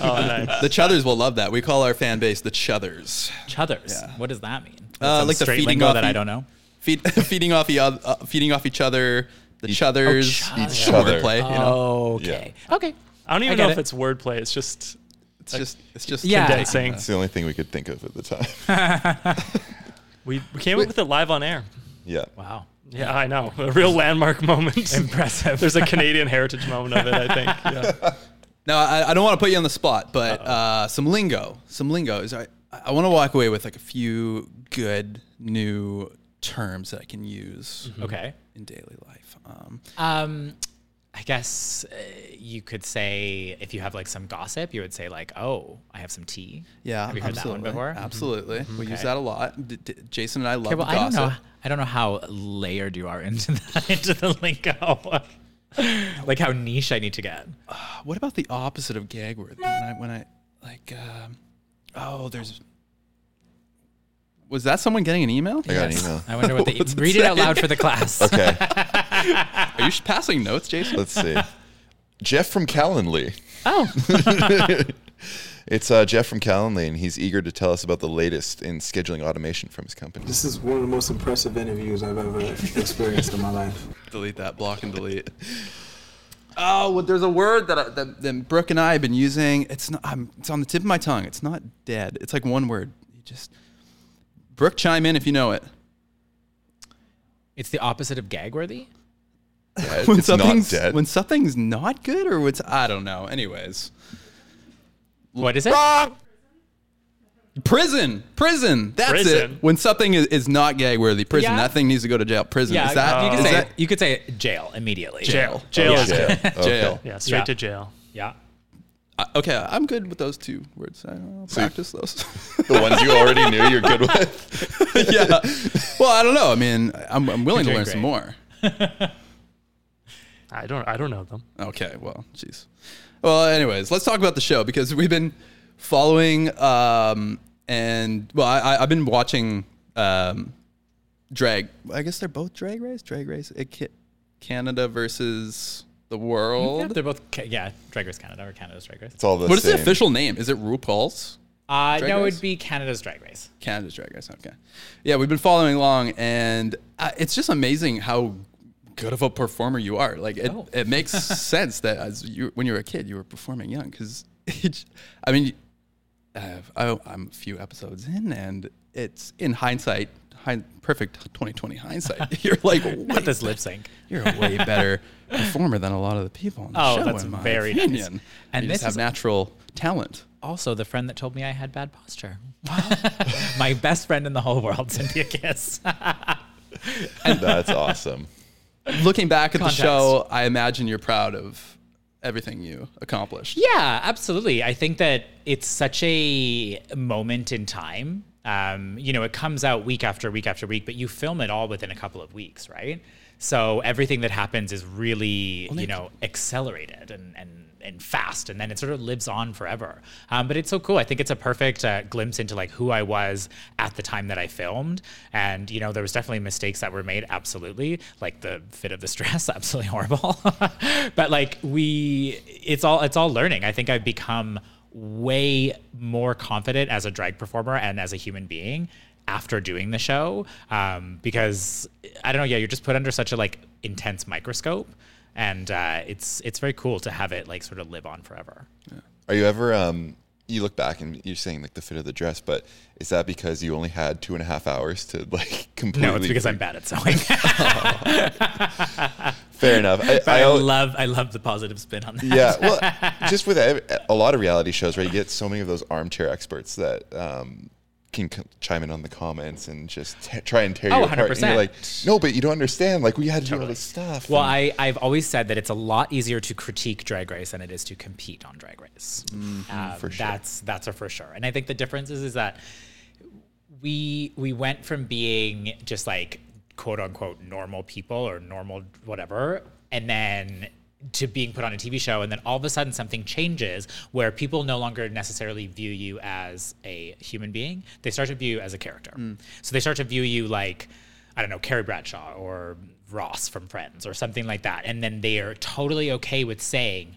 S5: Oh, nice.
S3: the Chuthers will love that. We call our fan base the Chuthers.
S6: Chuthers.
S3: Yeah.
S6: What does that mean?
S3: Uh,
S6: Some
S3: like the
S6: straight
S3: feeding
S6: lingo
S3: off
S6: that
S3: e-
S6: I don't know.
S3: feed, feeding off each other, uh, feeding off each other, the chuthers,
S2: each
S3: wordplay,
S2: other.
S3: You
S6: Oh,
S3: know,
S6: okay. Okay.
S5: I don't even
S6: get
S5: know if
S6: it.
S5: it's wordplay. It's just
S3: it's just it's just
S6: Yeah.
S5: condensing.
S2: It's the only thing we could think of at the time.
S5: We, we came up with it live on air.
S2: Yeah.
S6: Wow.
S5: Yeah, I know. A real landmark moment.
S6: Impressive.
S5: There's a Canadian heritage moment of it, I think. Yeah.
S3: Now, I, I don't want to put you on the spot, but uh, some lingo, some lingo is I, I want to walk away with like a few good new terms that I can use
S6: Okay.
S3: in daily life. Um,
S6: Um, I guess uh, you could say if you have like some gossip, you would say like, "Oh, I have some tea."
S3: yeah,
S6: Have you heard
S3: absolutely,
S6: that one before? Mm-hmm.
S3: Absolutely, we use
S6: Okay.
S3: that a lot. D- D- Jason and I love
S6: Okay, well, I don't
S3: gossip.
S6: know. I don't know how layered you are into the, into the lingo. like how niche I need to get.
S3: What about the opposite of gag worthy? When I when I like, um, oh, there's was that someone getting an email?
S2: I got an email.
S6: I wonder what the
S3: What's it
S6: read it out
S3: say?
S6: loud for the class.
S2: Okay.
S3: Are you sh- passing notes, Jason?
S2: Let's see. Jeff from Calendly.
S6: Oh,
S2: It's uh, Jeff from Calendly, and he's eager to tell us about the latest in scheduling automation from his company.
S7: This is one of the most impressive interviews I've ever experienced in my life.
S3: delete that. Block and delete. Oh, well, there's a word that, I, that that Brooke and I have been using. It's not. I'm, it's on the tip of my tongue. It's not dead. It's like one word. You just Brooke, chime in if you know it.
S6: it's the opposite of gag worthy.
S2: Dead.
S3: When
S2: It's not
S3: something's-
S2: dead.
S3: When something's not good, or what's I don't know. Anyways,
S6: What is it?
S3: prison, prison. That's
S5: Prison.
S3: it. When something is, is not gag worthy, prison.
S6: Yeah.
S3: That thing needs to go to jail. Prison.
S6: Yeah,
S3: is that,
S6: you,
S3: is
S6: could say,
S3: that
S6: you could say jail immediately.
S5: Jail. Jail
S2: Oh,
S5: is good.
S2: jail. Okay.
S3: jail?
S5: Yeah, straight
S6: Yeah.
S5: to jail.
S6: Yeah.
S3: Uh, okay, I'm good with those two words. I'll practice those.
S2: The ones you already knew you're good with.
S3: yeah. Well, I don't know. I mean, I'm, I'm willing to learn
S6: You're doing
S3: some
S6: great.
S3: more.
S5: I don't I don't know them.
S3: Okay. Well, jeez. Well, anyways, let's talk about the show because we've been following um, and well, I, I- I've been watching um, drag. I guess they're both drag race. Drag race. It, ca- Canada versus the
S6: Yeah,
S3: world.
S6: they're both, ca- yeah, Drag Race Canada or Canada's Drag Race.
S2: It's all the
S3: what is the
S2: same.
S3: official name? Is it RuPaul's?
S6: Uh,
S3: Drag
S6: no,
S3: Race?
S6: it'd be Canada's Drag Race.
S3: Canada's Drag Race. Okay. Yeah, we've been following along, and uh, it's just amazing how good of a performer you are. Like, it,
S6: Oh.
S3: it makes sense that as you, when you were a kid, you were performing young. Because, I mean, uh, I, I'm a few episodes in, and it's in hindsight, hind, perfect 2020 hindsight. You're like,
S6: Not
S3: wait,
S6: this lip sync.
S3: you're a way better performer than a lot of the people on the
S6: Oh,
S3: show.
S6: that's
S3: in my
S6: very nice.
S3: opinion. And
S6: And
S3: you
S6: this
S3: just have
S6: is-
S3: natural talent.
S6: Also, the friend that told me I had bad posture. My best friend in the whole world, Cynthia Kiss.
S2: That's awesome.
S3: looking back at
S6: Context.
S3: the show, I imagine you're proud of everything you accomplished.
S6: Yeah, absolutely. I think that it's such a moment in time. Um, you know, it comes out week after week after week, but you film it all within a couple of weeks, right? So everything that happens is really, you know, accelerated and, and, and fast, and then it sort of lives on forever. Um, but it's so cool. I think it's a perfect uh, glimpse into like who I was at the time that I filmed. And, you know, there was definitely mistakes that were made, absolutely. Like the fit of the stress, absolutely horrible. but like we it's all it's all learning. I think I've become way more confident as a drag performer and as a human being after doing the show um, because I don't know. Yeah, you're just put under such a like intense microscope, and uh, it's it's very cool to have it like sort of live on forever.
S2: Are you ever? Um, you look back and you're saying like the fit of the dress, but is that because you only had two and a half hours to like completely?
S6: No, it's because I'm bad at sewing.
S2: Fair enough. I,
S6: I,
S2: al-
S6: love I love the positive spin on that.
S2: Yeah, well, just with ev- a lot of reality shows, right? You get so many of those armchair experts that um, can c- chime in on the comments and just t- try and tear
S6: Oh,
S2: you apart. And you're
S6: 100%.
S2: like, no, but you don't understand. Like, we had to do all this stuff.
S6: Well,
S2: And-
S6: I, I've always said that it's a lot easier to critique Drag Race than it is to compete on Drag Race. Um,
S2: Mm-hmm, for sure.
S6: That's that's a for sure. And I think the difference is is that we we went from being just like quote unquote normal people or normal whatever, and then to being put on a TV show, and then all of a sudden something changes where people no longer necessarily view you as a human being. They start to view you as a character. So they start to view you like I don't know, Carrie Bradshaw or Ross from Friends or something like that. And then they are totally okay with saying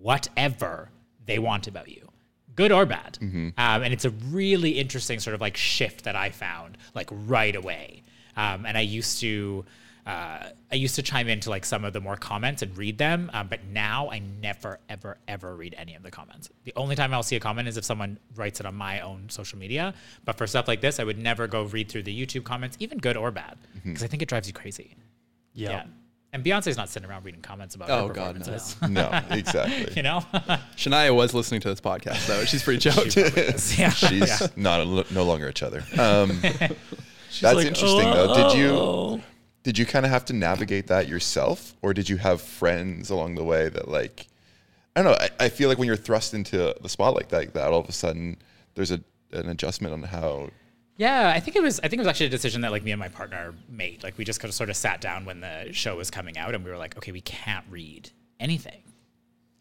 S6: whatever they want about you, good or bad.
S3: Mm-hmm.
S6: Um, and it's a really interesting sort of like shift that I found like right away. Um, and I used to, uh, I used to chime into like some of the more comments and read them, um, but now I never, ever, ever read any of the comments. The only time I'll see a comment is if someone writes it on my own social media. But for stuff like this, I would never go read through the YouTube comments, even good or bad,
S3: Mm-hmm.
S6: because I think it drives you crazy. Yeah. And Beyonce's not sitting around reading comments about
S3: Oh,
S6: her
S3: God, no.
S6: performances.
S2: No, exactly.
S6: you know?
S3: Shania was listening to this podcast, though. She's pretty choked.
S6: yeah.
S2: She's
S6: Yeah.
S2: not a, no longer a chother. Um, that's
S5: like,
S2: interesting though. Did you did you kind of have to navigate that yourself, or did you have friends along the way that like I don't know? I, I feel like when you're thrust into the spotlight like that, all of a sudden there's a an adjustment on how
S6: Yeah, I think it was. I think it was actually a decision that like me and my partner made. Like we just kind of sort of sat down when the show was coming out, and we were like, okay, we can't read anything,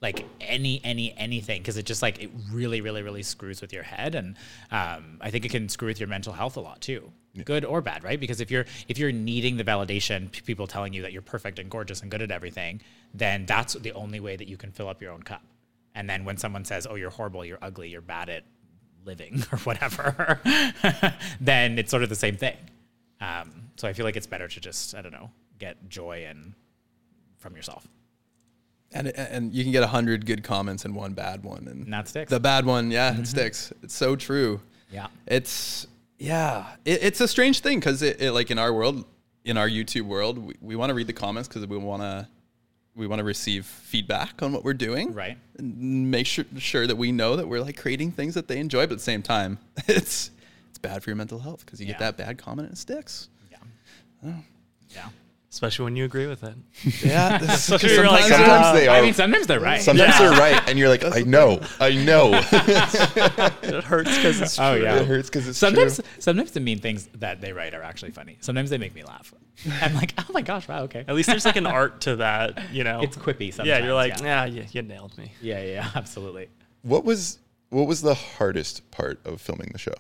S6: like any any anything, because it just like it really really really screws with your head, and um, I think it can screw with your mental health a lot too, good or bad, right? Because if you're if you're needing the validation, p- people telling you that you're perfect and gorgeous and good at everything, then that's the only way that you can fill up your own cup. And then when someone says, oh, you're horrible, you're ugly, you're bad at living or whatever, then it's sort of the same thing. Um, so I feel like it's better to just I don't know get joy and from yourself.
S3: and and you can get a hundred good comments and one bad one, and
S6: And that sticks. Mm-hmm.
S3: The bad one, yeah, it sticks. It's so true.
S6: Yeah.
S3: it's yeah, it, it's a strange thing because it, it like in our world, in our YouTube world, we, we want to read the comments because we want to we want to receive feedback on what we're doing,
S6: Right.
S3: And make sure sure that we know that we're like creating things that they enjoy, but at the same time, it's it's bad for your mental health because you get
S6: Yeah.
S3: that bad comment and it sticks.
S6: Yeah. Yeah.
S5: Especially when you agree with it.
S3: Yeah,
S5: Especially when you're like,
S2: sometimes
S5: "Ah,
S2: they are.
S6: I mean, sometimes they're right.
S2: sometimes they're right, and you're like, I know, I know.
S5: it hurts because it's
S6: Oh yeah.
S2: it hurts because it's
S6: Sometimes,
S2: true.
S6: sometimes the mean things that they write are actually funny. Sometimes they make me laugh. I'm like, oh my gosh, wow, okay.
S5: At least there's like an art to that, you know.
S6: It's quippy
S5: Yeah, you're like,
S6: sometimes,
S5: nah, you, you nailed me.
S6: Yeah, yeah, yeah, absolutely.
S2: What was what was the hardest part of filming the show?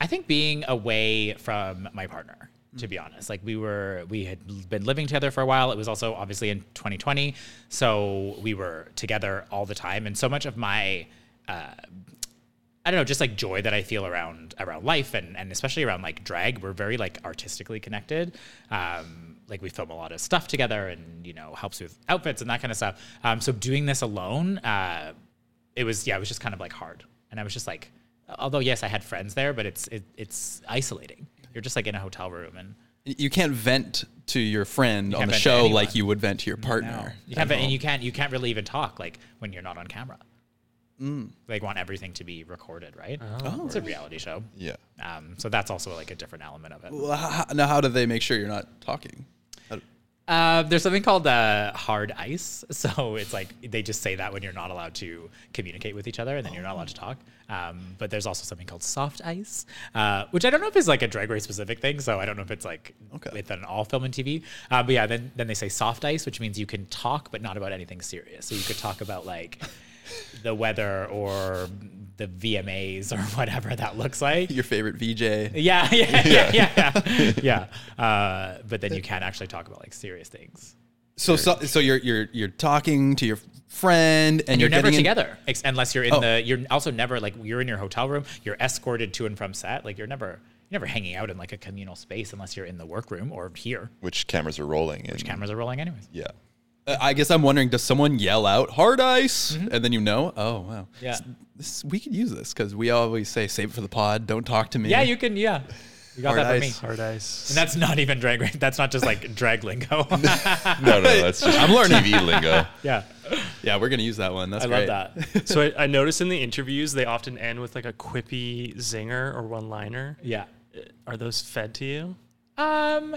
S6: I think being away from my partner, to be honest. Like we were, we had l- been living together for a while. It was also obviously in 2020, so we were together all the time, and so much of my uh, I don't know, just like joy that I feel around around life and and especially around like drag. We're very like artistically connected. Um, like we film a lot of stuff together, and you know helps with outfits and that kind of stuff. Um, so doing this alone, uh, it was yeah, it was just kind of like hard, and I was just like, although yes, I had friends there, but it's it, it's isolating. You're just like in a hotel room and.
S3: you can't vent to your friend on
S6: can't
S3: the
S6: vent to
S3: show
S6: anyone.
S3: like you would vent to your partner.
S6: You can't, and you can't you can't really even talk like when you're not on camera. They want everything to be recorded, right? it's a reality show.
S2: Yeah.
S6: Um, so that's also like a different element of it.
S3: Well, how, how- now, how do they make sure you're not talking?
S6: Uh, there's something called uh, hard ice. So it's like they just say that when you're not allowed to communicate with each other and then you're not allowed to talk. Um, but there's also something called soft ice, uh, which I don't know if is like a drag race specific thing. So I don't know if it's like
S3: Okay.
S6: with an all film and TV. Uh, but yeah, then, then they say soft ice, which means you can talk, but not about anything serious. So you could talk about like the weather or the VMAs or whatever that looks like.
S3: Your favorite VJ.
S6: Yeah, yeah, yeah, yeah, yeah. yeah. Uh, but then you can't actually talk about like serious things.
S3: So, so, so you're you're you're talking to your friend, and,
S6: You're, never
S3: getting in-
S6: together ex- unless you're in
S3: Oh.
S6: the. You're also never like you're in your hotel room. You're escorted to and from set. Like you're never you're never hanging out in like a communal space unless you're in the workroom or here.
S2: Which cameras are rolling? Which
S6: Cameras are rolling anyways.
S2: Yeah.
S3: Uh, I guess I'm wondering, does someone yell out "hard ice" and then you know? Oh wow.
S6: Mm-hmm. Yeah.
S3: S- This, we could use this because we always say "save it for the pod." Don't talk to me.
S6: Yeah, you can. Yeah, you got
S3: Hard
S6: that from me.
S3: ice.
S5: Hard ice.
S6: And that's not even drag. That's not just like drag lingo.
S2: No, no, that's just I'm learning TV lingo.
S6: yeah,
S3: yeah, we're gonna use that one. That's
S6: I
S3: great.
S6: love that.
S5: so I, I notice in the interviews they often end with like a quippy zinger or one liner.
S6: Yeah.
S5: Are those fed to you?
S6: Um,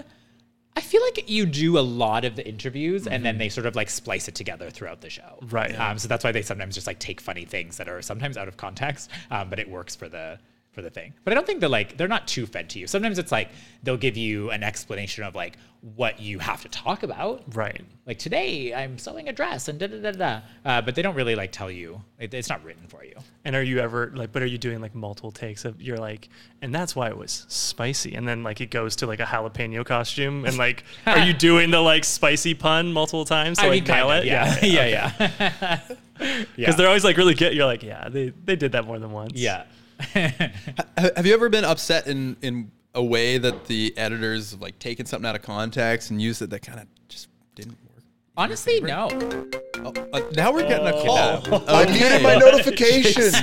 S6: I feel like you do a lot of the interviews and then they sort of like splice it together throughout the show.
S5: Mm-hmm. Right.
S6: Um, so that's why they sometimes just like take funny things that are sometimes out of context, um, but it works for the for the thing. But I don't think they're like they're not too fed to you. Sometimes it's like they'll give you an explanation of like what you have to talk about.
S5: Right.
S6: Like today, I'm sewing a dress and da da da da. Uh, but they don't really like tell you. It, it's not written for you.
S5: And are you ever like, but are you doing like multiple takes of you're like, and that's why it was spicy. And then like it goes to like a jalapeno costume. And like, are you doing the like spicy pun multiple times to like nail
S6: kinda,
S5: it?
S6: Yeah, yeah, yeah. yeah.
S5: Because they're always like really good. You're like, yeah, they, they did that more than once.
S6: yeah.
S3: Ha- Have you ever been upset in in a way that the editors have like taken something out of context and used it that kind of just didn't work.
S6: Honestly, no.
S3: Oh, uh, now we're getting a call.
S2: I muted my notifications.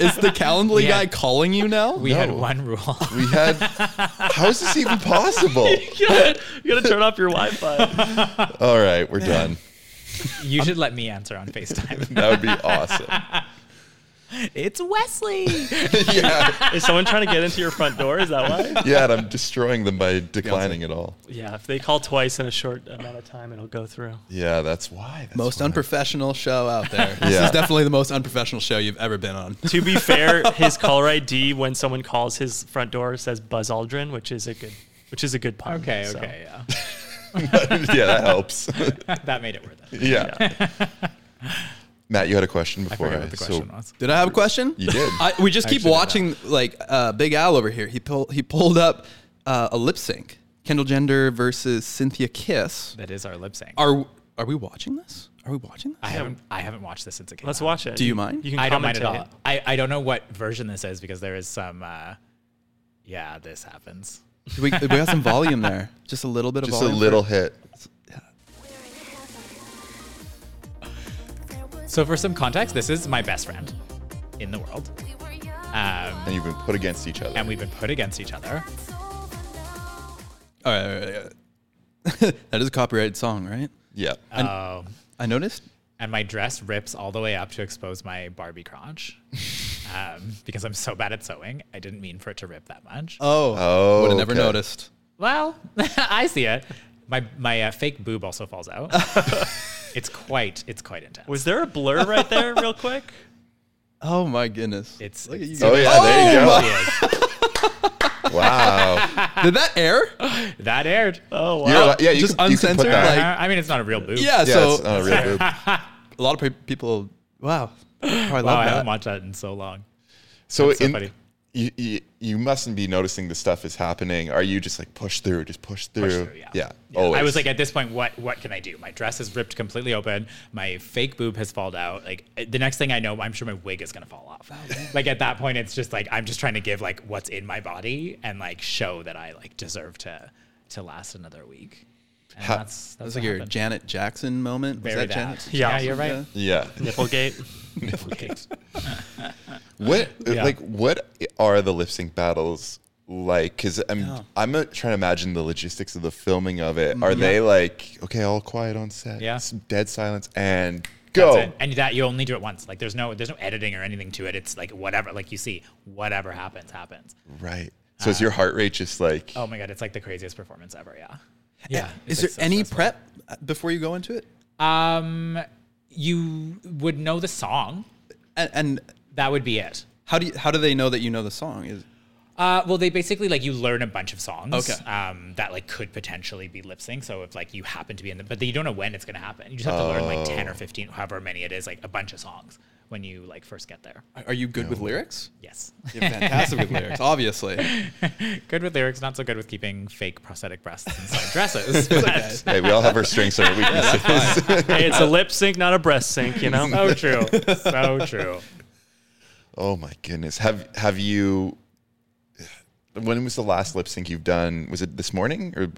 S3: Is the Calendly
S6: Yeah.
S3: guy calling you now?
S6: We had
S2: No.
S6: one rule.
S2: we had. How is this even possible?
S5: You gotta, you gotta turn off your Wi-Fi.
S2: All right, we're done.
S6: You should let me answer on FaceTime.
S2: That would be awesome.
S6: it's Wesley.
S2: yeah,
S5: Is someone trying to get into your front door? Is that why?
S2: yeah, and I'm destroying them by declining it all.
S5: Yeah, if they call twice in a short amount of time, it'll go through.
S2: Yeah, that's why. That's
S3: most
S2: why.
S3: unprofessional show out there. This
S2: Yeah.
S3: is definitely the most unprofessional show you've ever been on.
S5: To be fair, his caller ID when someone calls his front door says Buzz Aldrin, which is a good, which is a good pun.
S6: okay,
S5: so.
S6: okay, yeah.
S2: yeah, that helps.
S6: that made it worth it.
S2: yeah. Matt, you had a question before.
S6: Forget what the
S2: so-
S6: question was.
S3: Did I have a question?
S2: You did.
S3: I, we just keep
S6: Actually,
S3: watching like uh, Big Al over here. He pull, he pulled up uh, a lip sync. Kendall Jenner versus Cynthia Kiss.
S6: That is our lip sync.
S3: Are are we watching this? Are we watching this?
S6: I haven't I haven't watched this since it came
S5: Let's
S6: out.
S5: watch it.
S3: Do you mind?
S5: You can
S6: I don't mind at
S5: commentate
S6: all. I, I don't know what version this is because there is some uh yeah, this happens.
S3: Do we, we have some volume there. Just a little bit of
S2: Just a
S3: volume.
S2: little hit.
S6: So for some context, this is my best friend in the world. Um,
S2: And you've been put against each other.
S6: and we've been put against each other.
S3: All right, all right, all right. that is a copyrighted song, right?
S2: yeah.
S6: Oh.
S3: I noticed.
S6: and my dress rips all the way up to expose my Barbie crotch. um, because I'm so bad at sewing. I didn't mean for it to rip that much.
S3: Oh,
S2: Oh,
S3: would have never
S2: okay.
S3: noticed.
S6: Well, I see it. My my uh, fake boob also falls out. it's quite it's quite intense.
S5: Was there a blur right there, real quick?
S3: Oh my goodness!
S6: It's-
S3: Look at
S6: it's-
S3: you.
S2: Oh yeah, there you go.
S6: Yes.
S2: Wow.
S3: Did that air?
S6: that aired.
S5: Oh wow!
S2: You're li- yeah, you
S3: Just
S2: can- you can put
S3: uncensored,
S2: that- Oh,
S3: like-
S6: Uh, I mean, it's not a real boob.
S3: Yeah. uh,
S2: yeah,
S3: so
S2: it's not a real boob.
S3: a lot of pe- people. Wow. Oh, I
S6: Wow,
S3: love
S6: I
S3: that.
S6: haven't watched that in so long.
S2: So,
S6: so
S2: in,
S6: funny.
S2: You, you you mustn't be noticing the stuff is happening. Are you just like push through, just push through?
S6: through, yeah.
S2: Always.
S6: I was like, at this point, what what can I do? My dress is ripped completely open. My fake boob has fallen out. Like uh, the next thing I know, I'm sure my wig is gonna fall off. like at that point, it's just like I'm just trying to give like what's in my body and like show that I like deserve to to last another week. And
S2: Ha-
S6: that's
S3: That
S6: that's
S3: was
S6: what
S3: like your
S6: happened.
S3: Janet Jackson moment. Was
S6: Very
S3: that
S6: bad.
S3: Janet?
S5: Yeah.
S6: Yeah, you're right.
S2: yeah.
S3: Yeah.
S5: Nipplegate.
S2: What
S6: Yeah.
S2: like what are the lip sync battles like? Because I'm I'm uh, trying to imagine the logistics of the filming of it. Are they like okay, all quiet on set,
S6: Mm-hmm. Yeah.
S2: some dead silence, and
S6: That's
S2: go?
S6: it. And that you only do it once. Like there's no there's no editing or anything to it. It's like whatever. Like you see, whatever happens, happens.
S2: Right. So is your heart rate just like?
S6: Uh. Oh my god, it's like the craziest performance ever. Yeah.
S3: Yeah. Is
S6: It's,
S3: there
S6: like, so
S3: any
S6: stressful.
S3: prep uh, before you go into it?
S6: Um, you would know the song.
S3: And, and
S6: That would be it.
S3: how do you, how do they know that you know the song? Is
S6: Uh, well, they basically like you learn a bunch of songs
S3: Okay.
S6: um, that like could potentially be lip sync. So if like you happen to be in the, but you don't know when it's gonna happen. You just have to learn like ten or fifteen, however many it is, like a bunch of songs when you like first get there.
S3: are you good with lyrics?
S6: Yes,
S3: You're fantastic with lyrics, obviously.
S6: good with lyrics, not so good with keeping fake prosthetic breasts inside dresses. but-
S2: Hey, we all have our strengths and our weaknesses.
S5: hey, it's a lip sync, not a breast sync. You know.
S6: so true, so true.
S2: Oh my goodness. Have have you when was the last lip sync you've done? Was it this morning or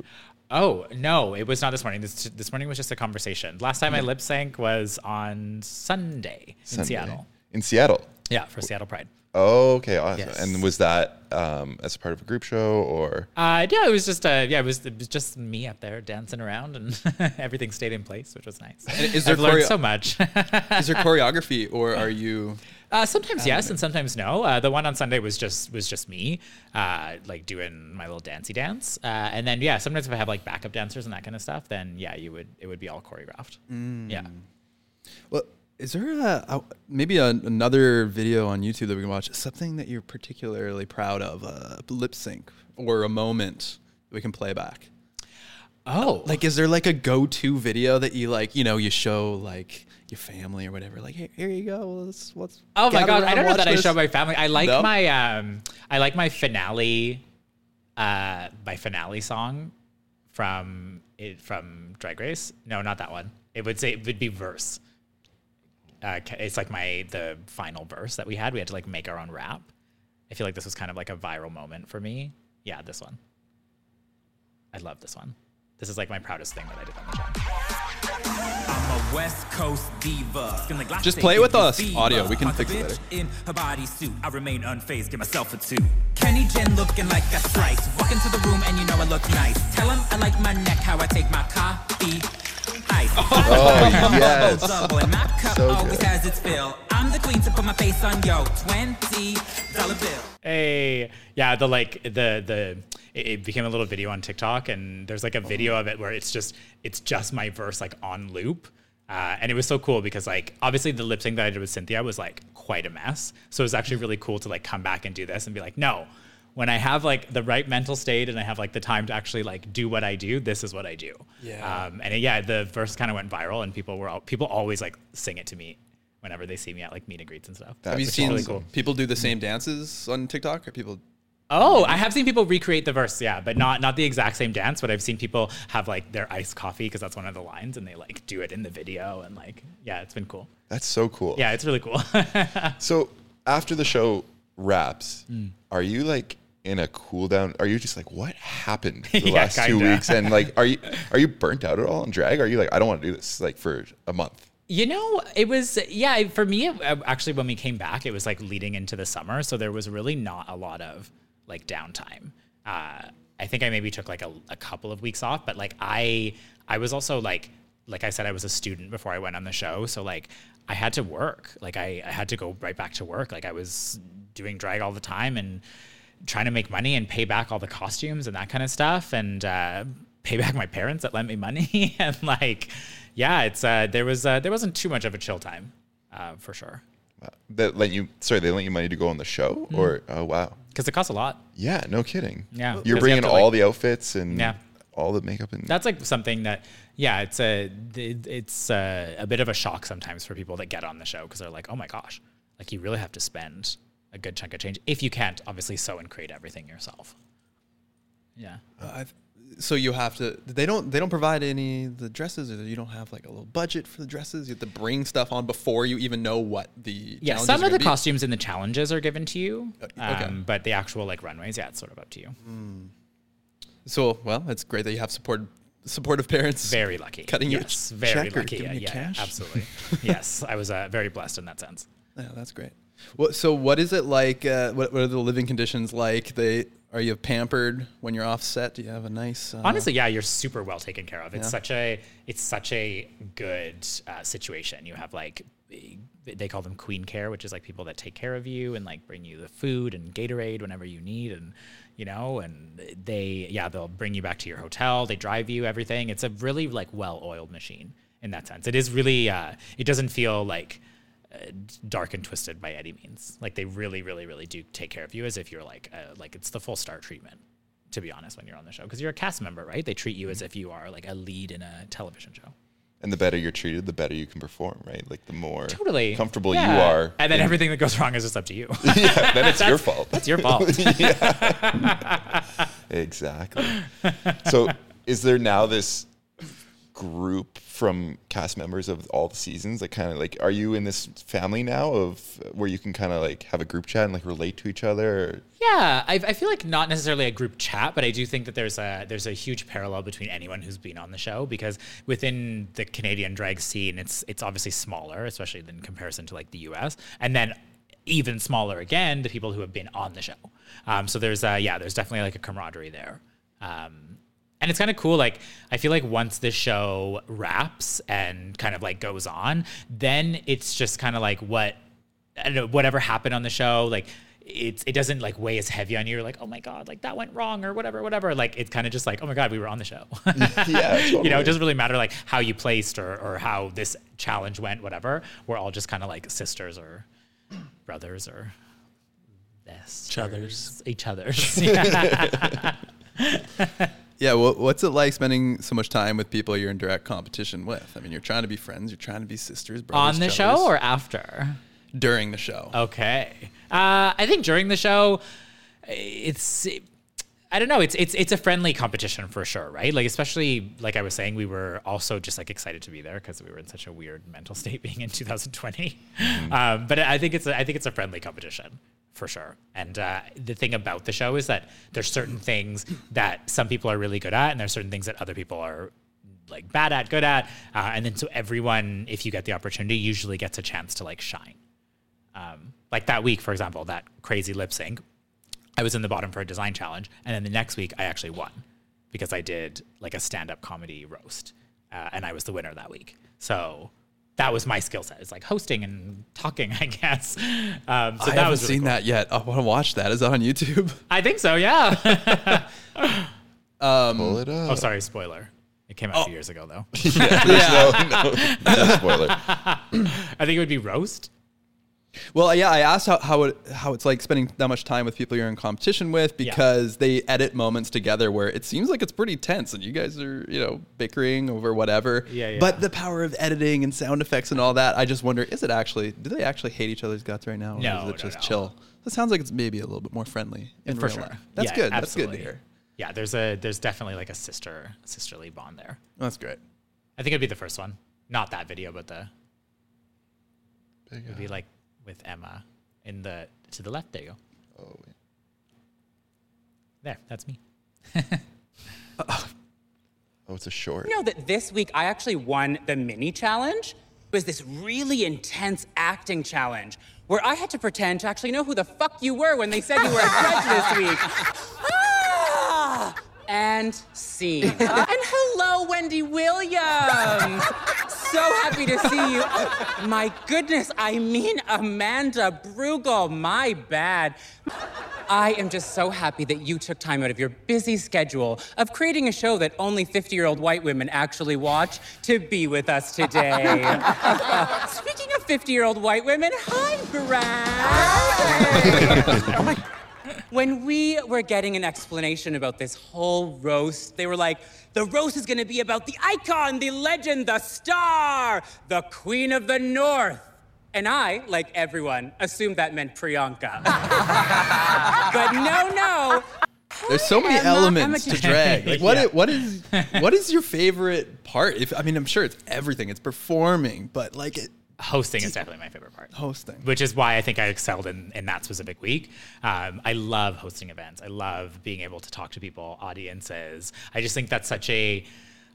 S6: Oh no, it was not this morning. This this morning was just a conversation. Last time I lip sync was on Sunday in
S2: Sunday?
S6: Seattle.
S2: In Seattle.
S6: Yeah, for Seattle Pride.
S2: Oh, okay, awesome.
S6: Yes.
S2: And was that um, as part of a group show or
S6: Uh, yeah, it was just uh, yeah, it was, it was just me up there dancing around, and everything stayed in place, which was nice.
S3: And is there
S6: I've learned
S3: choreo-
S6: so much.
S3: Is there choreography or are you?
S6: uh, sometimes yes, and sometimes no. Uh, the one on Sunday was just was just me, uh, like doing my little dancey dance, uh, and then yeah, sometimes if I have like backup dancers and that kind of stuff, then yeah, you would it would be all choreographed.
S3: Mm.
S6: Yeah.
S3: Well, is there a, a- maybe a, another video on YouTube that we can watch? Something that you're particularly proud of, a lip sync or a moment that we can play back.
S6: Oh,
S3: Like, is there like a go-to video that you like? You know, you show like your family or whatever. Like, here, here you go. Let's let's.
S6: Oh my
S3: gather
S6: god! I
S3: around,
S6: don't know
S3: watch
S6: that I
S3: this.
S6: show my family. I like
S3: No?
S6: my um, I like my finale, uh, my finale song from it from Drag Race. No, not that one. It would say it would be verse. Uh, ca- it's like my the final verse that we had. We had to like make our own rap. I feel like this was kind of like a viral moment for me. Yeah, this one. I love this one. This is like my proudest thing that I did on the channel.
S8: I'm a West Coast diva. Skin like
S3: Just play it with us.
S8: Diva.
S3: Audio, we can
S8: Fuck a
S3: fix it
S8: bitch
S3: later.
S8: In her bodysuit, I remain unfazed. Give myself a two. Kenny Jen looking like a slice. Walk into the room and you know I look nice. Tell him I like my neck, how I take my coffee. Ice.
S2: Oh, yes.
S8: Double and my cup
S2: So
S8: always
S2: good.
S8: has its fill. I'm the queen to put my face on yo. Twenty dollar bill.
S6: Hey, yeah, the like the the it, it became a little video on TikTok, and there's
S3: Oh.
S6: like a video of it where it's just it's just my verse like on loop, uh, and it was so cool because like obviously the lip sync that I did with Cynthia was like quite a mess, so it was actually really cool to like come back and do this and be like, no, when I have like the right mental state and I have like the time to actually like do what I do, this is what I do. Yeah. Um, and it- yeah, the verse kind of went viral, and people were all, people always like sing it to me whenever they see me at like meet and greets and stuff.
S3: Have you
S2: That's
S3: seen
S6: really cool.
S3: people do the same dances on TikTok? Or people?
S6: Oh, I have seen people recreate the verse, yeah, but not not the exact same dance. But I've seen people have like their iced coffee because that's one of the lines, and they like do it in the video, and like yeah, it's been cool.
S2: That's so cool.
S6: Yeah, it's really cool.
S2: So after the show wraps,
S6: Mm.
S2: are you like in a cool down? Are you just like, what happened the
S6: Yeah,
S2: last two
S6: kinda.
S2: weeks? And like, are you are you burnt out at all on drag? Are you like, I don't want to do this like for a month?
S6: You know, it was yeah. it- For me, it- uh, actually, when we came back, it was like leading into the summer, so there was really not a lot of like downtime. Uh, I think I maybe took like a, a couple of weeks off, but like I, I was also like, like I said, I was a student before I went on the show, so like I had to work. Like I, I had to go right back to work. Like I was doing drag all the time and trying to make money and pay back all the costumes and that kind of stuff and uh, pay back my parents that lent me money and like yeah it's uh, there was uh, there wasn't too much of a chill time uh, for sure
S2: That let you sorry, they lent you money to go on the show,
S6: Hmm.
S2: or oh wow,
S6: because it costs a lot
S2: yeah, no kidding.
S6: Yeah, 'cause you
S2: you're
S6: have
S2: bringing
S6: to,
S2: all
S6: like-
S2: the outfits and
S6: Yeah.
S2: all the makeup and
S6: that's like something that yeah it's a it- it's a, a bit of a shock sometimes for people that get on the show because they're like oh my gosh like you really have to spend a good chunk of change if you can't obviously sew and create everything yourself yeah
S3: Uh, So you have to. They don't. They don't provide any of the dresses, or you don't have like a little budget for the dresses. You have to bring stuff on before you even know what the
S6: yeah
S3: challenges
S6: some
S3: are
S6: of
S3: gonna
S6: the
S3: be. Uh,
S6: costumes in the challenges are given to you
S3: okay.
S6: um, but the actual like runways yeah it's sort of up to you
S3: So well, it's great that you have support supportive parents.
S6: Very lucky.
S3: Cutting you a
S6: yes,
S3: check
S6: very
S3: or
S6: lucky.
S3: giving
S6: Yeah,
S3: you
S6: yeah,
S3: cash?
S6: absolutely. yes, I was uh, very blessed in that sense.
S3: Yeah, that's great. What, so what is it like? Uh, what, what are the living conditions like? They are you pampered when you're offset? Do you have a nice? Uh,
S6: Honestly, yeah, you're super well taken care of. It's such a it's such a good uh, situation. You have like they call them queen care, which is like people that take care of you and like bring you the food and Gatorade whenever you need, and you know, and they yeah they'll bring you back to your hotel. They drive you everything. It's a really like well oiled machine in that sense. It is really uh, it doesn't feel like uh, dark and twisted by any means. Like they really, really, really do take care of you as if you're like uh, like it's the full star treatment. To be honest, when you're on the show, because you're a cast member, right? They treat you as if you are like a lead in a television show.
S2: and the better you're treated, the better you can perform, right? Like the more
S6: Totally
S2: comfortable you
S6: Yeah.
S2: are,
S6: and then
S2: in-
S6: everything that goes wrong is just up to you.
S2: yeah, then it's your fault.
S6: That's your fault.
S2: Exactly. so, is there now this group from cast members of all the seasons that kind of like are you in this family now of where you can kind of like have a group chat and like relate to each other?
S6: Yeah, I, I feel like not necessarily a group chat, but I do think that there's a there's a huge parallel between anyone who's been on the show because within the Canadian drag scene, it's it's obviously smaller, especially in comparison to like the U.S. and then even smaller again, the people who have been on the show. Um, so there's uh, yeah, there's definitely like a camaraderie there. Um, and it's kind of cool. Like, I feel like once the show wraps and kind of like goes on, then it's just kind of like what I don't know, whatever happened on the show, like it's it doesn't like weigh as heavy on you. You're like, oh my god, like that went wrong or whatever, whatever. Like it's kind of just like, oh my god, we were on the show.
S2: Yeah,
S6: You know,
S2: totally.
S6: it doesn't really matter like how you placed or or how this challenge went, whatever. We're all just kind of like sisters or brothers or this
S5: Each other's.
S6: each other's. Yeah.
S3: Yeah. wha- what's it like spending so much time with people you're in direct competition with? I mean, you're trying to be friends. You're trying to be sisters. Brothers,
S6: on the
S3: brothers.
S6: show or Oh, after?
S3: during the show?
S6: Okay. Uh, I think during the show, it's. I don't know. It's it's it's a friendly competition for sure, right? Like especially like I was saying, we were also just like excited to be there because we were in such a weird mental state being in 2020. Um, but I think it's a, I think it's a friendly competition for sure. And uh, the thing about the show is that there's certain things that some people are really good at, and there's certain things that other people are like bad at, good at, uh, and then so everyone, if you get the opportunity, usually gets a chance to like shine. Um, like that week, for example, that crazy lip sync, I was in the bottom for a design challenge, and then the next week I actually won because I did like a stand-up comedy roast, uh, and I was the winner that week. So that was my skill set. It's like hosting and talking, I guess. Um, so
S3: I
S6: that
S3: haven't
S6: was really
S3: seen
S6: cool.
S3: that yet. I want to watch that. Is that on YouTube?
S6: I think so. Yeah.
S2: Pull it up.
S6: oh, sorry, spoiler. It came out a few years ago though.
S2: No, no, no spoiler.
S6: I think it would be roast.
S3: Well, yeah, I asked how, how it how it's like spending that much time with people you're in competition with because they edit moments together where it seems like it's pretty tense and you guys are you know bickering over whatever.
S6: Yeah, yeah.
S3: But the power of editing and sound effects and all that, I just wonder, is it actually? Do they actually hate each other's guts right now, or
S6: No,
S3: is
S6: no,
S3: it just
S6: no.
S3: chill? That sounds like it's maybe a little bit more friendly in
S6: For
S3: real
S6: sure.
S3: life. That's
S6: Yeah,
S3: good. That's
S6: absolutely.
S3: good to hear.
S6: Yeah, there's a there's definitely like a sister sisterly bond there.
S3: That's great.
S6: I think it'd be the first one. Not that video, but the it'd be like with Emma in the to the left. There you go.
S2: Oh, wait.
S6: There, that's me.
S2: oh, it's a short.
S9: know that this week I actually won the mini challenge? It was this really intense acting challenge where I had to pretend to actually know who the fuck you were when they said you were a judge this week. Ah! And scene. and hello, Wendy Williams. so happy to see you. Oh, my goodness, I mean Amanda Bruegel. My bad. I am just so happy that you took time out of your busy schedule of creating a show that only 50 year old white women actually watch to be with us today. Speaking of 50 year old white women, hi, Brad. Oh my- when we were getting an explanation about this whole roast, they were like, the roast is gonna be about the icon, the legend, the star, the queen of the north. And I, like everyone, assumed that meant Priyanka. but no, no,
S3: There's so many
S9: Emma,
S3: elements
S9: Emma
S3: to
S9: just-
S3: drag. Like what?
S6: Yeah.
S3: i- What is? What is your favorite part? If I mean, I'm sure it's everything. It's performing, but like it,
S6: Hosting is definitely my favorite part.
S3: hosting.
S6: which is why I think I excelled in, in that specific week. Um, I love hosting events. I love being able to talk to people, audiences. I just think that's such a,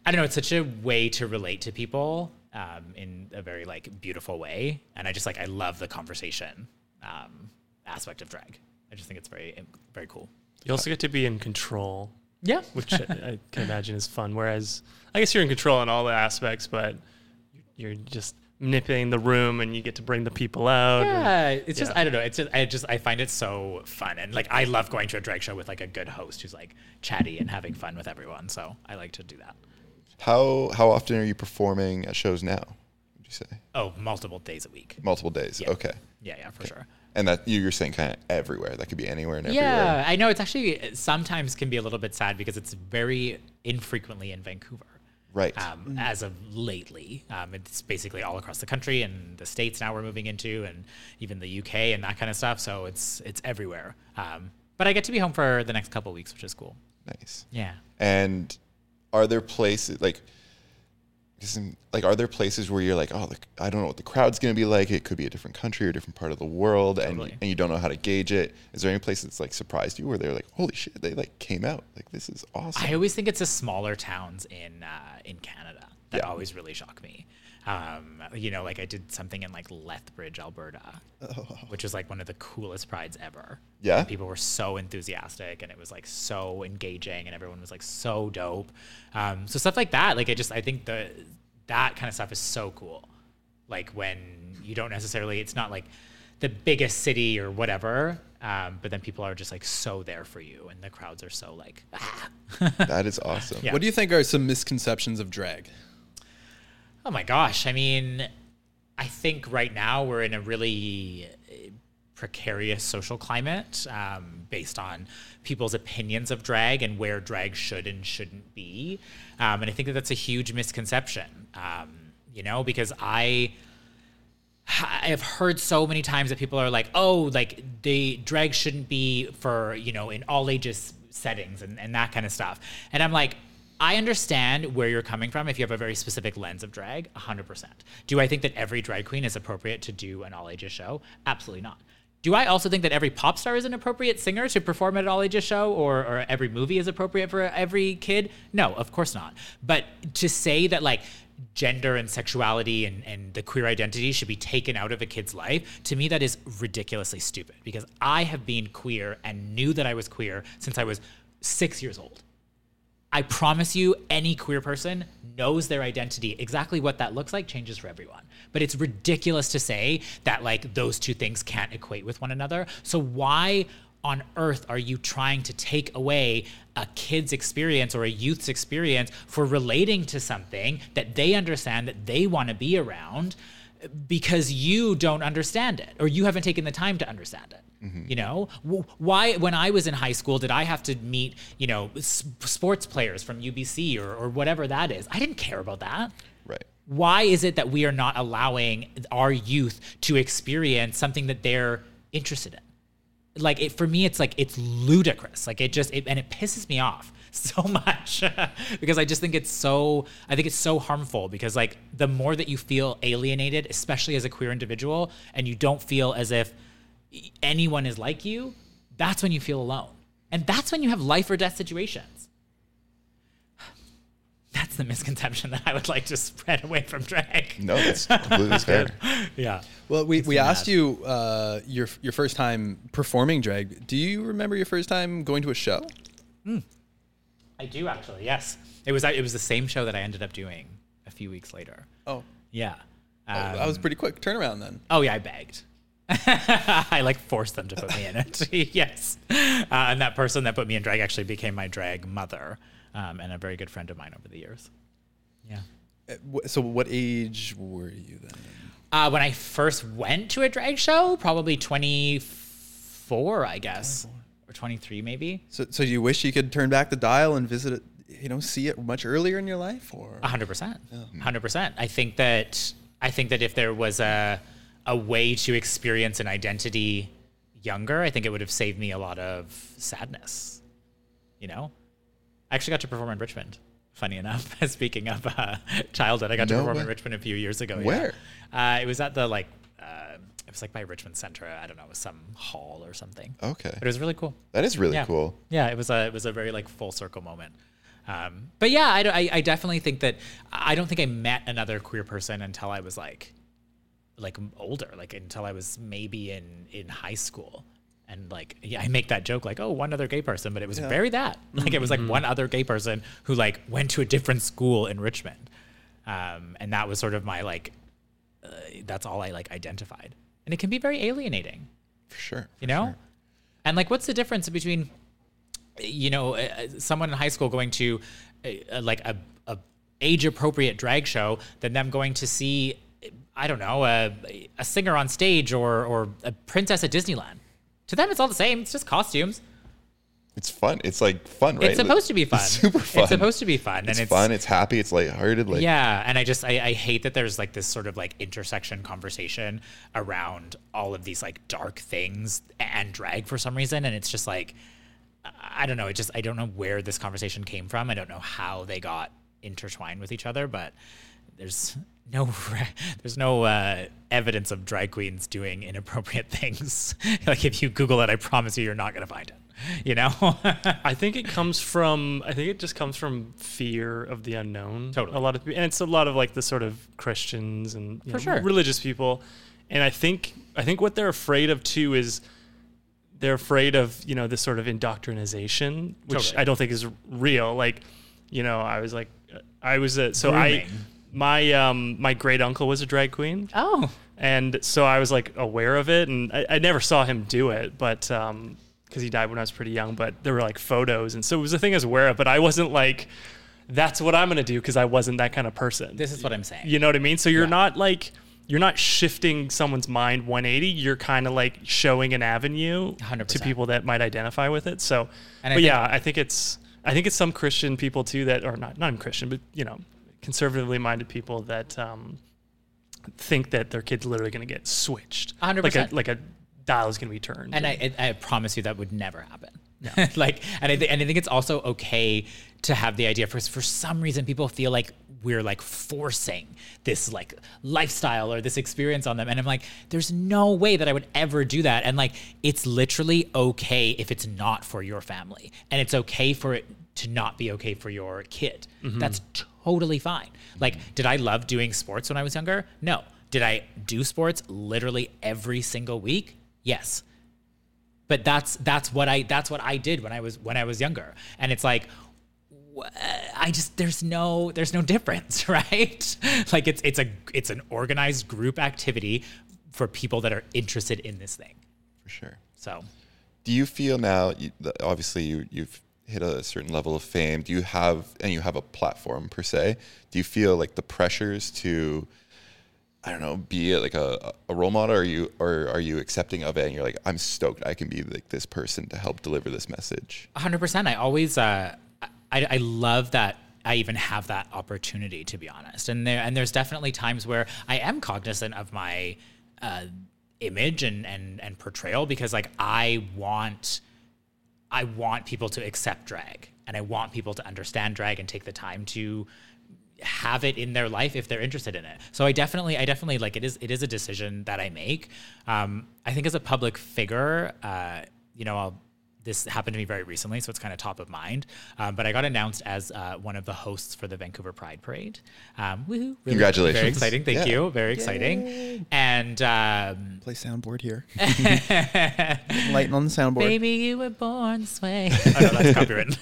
S6: I don't know, it's such a way to relate to people um, in a very like beautiful way. And I just like I love the conversation um, aspect of drag. I just think it's very very cool.
S5: You also get to be in control,
S6: Yeah,
S5: which I, I can imagine is fun. Whereas I guess you're in control on all the aspects, but you're just manipulating the room and you get to bring the people out. and-
S6: Yeah, it's just
S5: Yeah.
S6: I don't know. It's just I just I find it so fun and like I love going to a drag show with like a good host who's like chatty and having fun with everyone. So I like to do that.
S2: How how often are you performing at shows now? Would you say
S6: Oh, multiple days a week.
S2: multiple days?
S6: Yeah.
S2: Okay,
S6: Yeah, yeah, for sure.
S2: and that you- you're saying kind of everywhere. That could be anywhere and everywhere.
S6: Yeah, I know. It's actually it sometimes can be a little bit sad because it's very infrequently in Vancouver.
S2: Right.
S6: Um, As of lately, um, it's basically all across the country and the states now we're moving into, and even the UK and that kind of stuff. So it's it's everywhere. Um, but I get to be home for the next couple of weeks, which is cool.
S2: Nice.
S6: Yeah.
S2: And are there places like, 'cause in- like are there places where you're like, oh, the, I don't know what the crowd's going to be like. It could be a different country or a different part of the world, and and you don't know how to gauge it. Is there any place that's like surprised you where they were like, holy shit, they like came out like this is awesome.
S6: I always think it's the smaller towns in uh, in Canada that
S2: Yeah.
S6: always really shock me. Um, you know, like I did something in like Lethbridge, Alberta, which was like one of the coolest prides ever.
S2: Oh. Yeah?
S6: And people were so enthusiastic, and it was like so engaging, and everyone was like so dope. Um, so stuff like that, like I just I think the that kind of stuff is so cool. Like when you don't necessarily, it's not like the biggest city or whatever, um, but then people are just like so there for you, and the crowds are so like
S2: that is awesome.
S6: Yeah.
S3: What do you think are some misconceptions of drag?
S6: Oh my gosh. I mean, I think right now we're in a really eh, precarious social climate um, based on people's opinions of drag and where drag should and shouldn't be. Um, and I think that that's a huge misconception, um, you know, because I. I have heard so many times that people are like, oh, like they drag shouldn't be for, you know, in all ages settings and, and that kind of stuff. And I'm like, I understand where you're coming from if you have a very specific lens of drag, 100%. Do I think that every drag queen is appropriate to do an all ages show? Absolutely not. Do I also think that every pop star is an appropriate singer to perform at all ages show or, or every movie is appropriate for every kid? No, of course not. But to say that like gender and sexuality and, and the queer identity should be taken out of a kid's life, to me that is ridiculously stupid because I have been queer and knew that I was queer since I was six years old. I promise you, any queer person knows their identity. Exactly what that looks like changes for everyone. But it's ridiculous to say that, like, those two things can't equate with one another. So, why on earth are you trying to take away a kid's experience or a youth's experience for relating to something that they understand that they want to be around? because you don't understand it or you haven't taken the time to understand it you know W- why when i was in high school did i have to meet you know s- sports players from ubc or, or whatever that is i didn't care about that
S2: Right.
S6: why is it that we are not allowing our youth to experience something that they're interested in like it for me it's like it's ludicrous like it just it, and it pisses me off so much because i just think it's so i think it's so harmful because like the more that you feel alienated especially as a queer individual and you don't feel as if anyone is like you that's when you feel alone and that's when you have life or death situations that's the misconception that i would like to spread away from drag
S2: No, that's completely fair.
S6: yeah
S3: Well, we, we asked you uh, your your first time performing drag. Do you remember your first time going to a show?
S6: i do actually yes it was it was the same show that i ended up doing a few weeks later
S3: Oh,
S6: Yeah. Um,
S3: that was pretty quick turnaround then.
S6: oh yeah, I begged. I like forced them to put me in it. yes, uh, and that person that put me in drag actually became my drag mother, um, and a very good friend of mine over the years. Yeah.
S3: Uh, wh- So, what age were you then?
S6: Uh, when I first went to a drag show, probably twenty four, I guess, or twenty three, maybe.
S3: So, so you wish you could turn back the dial and visit it, you know, see it much earlier in your life, or
S6: A hundred percent, A hundred percent. I think that I think that if there was a a way to experience an identity younger, I think it would have saved me a lot of sadness. You know, I actually got to perform in Richmond. Funny enough, speaking of uh, childhood, I got to
S2: No
S6: perform in
S2: way.
S6: Richmond a few years ago. yeah.
S2: Where?
S6: Uh, it was at the like, uh, it was like by Richmond Center. I don't know, it was some hall or something.
S2: Okay.
S6: but it was really cool.
S2: That is really
S6: Yeah.
S2: cool.
S6: Yeah, it was a it was a very like full circle moment. Um, but yeah, I, don't- I I definitely think that I don't think I met another queer person until I was like like older, like until I was maybe in in high school. And like, yeah, I make that joke like, oh, one other gay person, but it was very that. Like, it was like one other gay person who like went to a different school in Richmond, um, and that was sort of my like, uh, that's all I like identified, and it can be very alienating
S2: For sure.
S6: you know and like what's the difference between you know uh, someone in high school going to uh, like a, a age appropriate drag show than them going to see i don't know a, a singer on stage or or a princess at disneyland to them it's all the same it's just costumes
S2: It's fun. It's like fun, right?
S6: it's supposed to be fun
S2: It's super fun.
S6: it's supposed to be fun
S2: It's,
S6: and it's
S2: fun. It's happy. It's lighthearted. Like
S6: yeah, and I just I, I hate that there's like this sort of like intersection conversation around all of these like dark things and drag for some reason, and it's just like I- I don't know. It just I don't know where this conversation came from. I don't know how they got intertwined with each other, but there's no re- there's no uh, evidence of drag queens doing inappropriate things. like if you Google it, I promise you, you're not gonna find it. You know.
S5: I think it comes from I think it just comes from fear of the unknown.
S6: Totally.
S5: A lot of and it's a lot of like the sort of Christians and you
S6: For
S5: know,
S6: sure.
S5: religious people. And I think I think what they're afraid of too is they're afraid of, you know, this sort of indoctrination, which
S6: Totally.
S5: I don't think is real. Like, you know, I was like I was a so I
S6: Grooming.
S5: my um my great uncle was a drag queen.
S6: oh.
S5: And so I was like aware of it, and I, I never saw him do it, but because he died when I was pretty young, but there were like photos, and so it was a thing I was aware of, but I wasn't like, that's what I'm gonna do because I wasn't that kind of person.
S6: This is what I'm saying.
S5: you know what I mean? So you're not like you're not shifting someone's mind 180. You're kind of like showing an avenue to
S6: 100%.
S5: people that might identify with it. So,
S6: And I
S5: but
S6: think-
S5: yeah, I think it's I think it's some Christian people too that are not not Christian, but you know, conservatively minded people that. um think that their kid's literally going to get switched.
S6: 100%.
S5: Like a like a dial is going to be turned.
S6: And I, I I promise you that would never happen. like, and I, th- and I think it's also okay to have the idea because for some reason people feel like we're like forcing this like lifestyle or this experience on them, and I'm like, there's no way that I would ever do that, and like, it's literally okay if it's not for your family, and it's okay for it to not be okay for your kid. That's totally fine. Like, did I love doing sports when I was younger? No. Did I do sports literally every single week? Yes but that's that's what I that's what I did when I was when I was younger, and it's like wh- I just there's no there's no difference, right? Like it's it's a it's an organized group activity for people that are interested in this thing.
S2: for sure.
S6: So
S2: Do you feel now? You, th- obviously, you, you've hit a certain level of fame. Do you have and you have a platform per se? Do you feel like the pressures to, I don't know, be like a, a role model? Or are you or are you accepting of it? And you're like, I'm stoked. I can be like this person to help deliver this message.
S6: hundred percent. I always, uh, I, I love that I even have that opportunity to be honest. And there, and there's definitely times where I am cognizant of my uh, image and and and portrayal because like I want, I want people to accept drag and I want people to understand drag and take the time to have it in their life if they're interested in it. So I definitely, I definitely like it is. It is a decision that I make. Um, I think as a public figure, uh, you know, I'll, this happened to me very recently, so it's kind of top of mind. Um, but I got announced as uh, one of the hosts for the Vancouver Pride Parade. Um, woohoo! Really-
S2: Congratulations.
S6: Very exciting. Thank
S2: Yeah.
S6: you. Very exciting. And um,
S10: Play soundboard here. Lighten on the soundboard.
S6: baby, you were born sway. oh no, that's copywritten.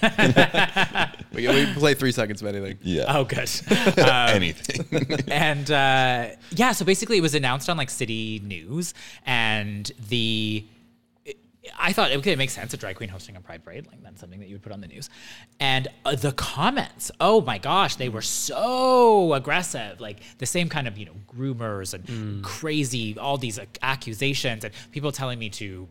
S10: We, we play three seconds of anything.
S2: Yeah.
S6: oh, good.
S2: Anything.
S6: and uh, yeah, so basically it was announced on like city news, and the I thought okay, it makes sense a drag queen hosting a pride parade, like that's something that you would put on the news. And uh, the comments, oh my gosh, they were so aggressive, like the same kind of you know groomers and crazy, all these like, accusations and people telling me to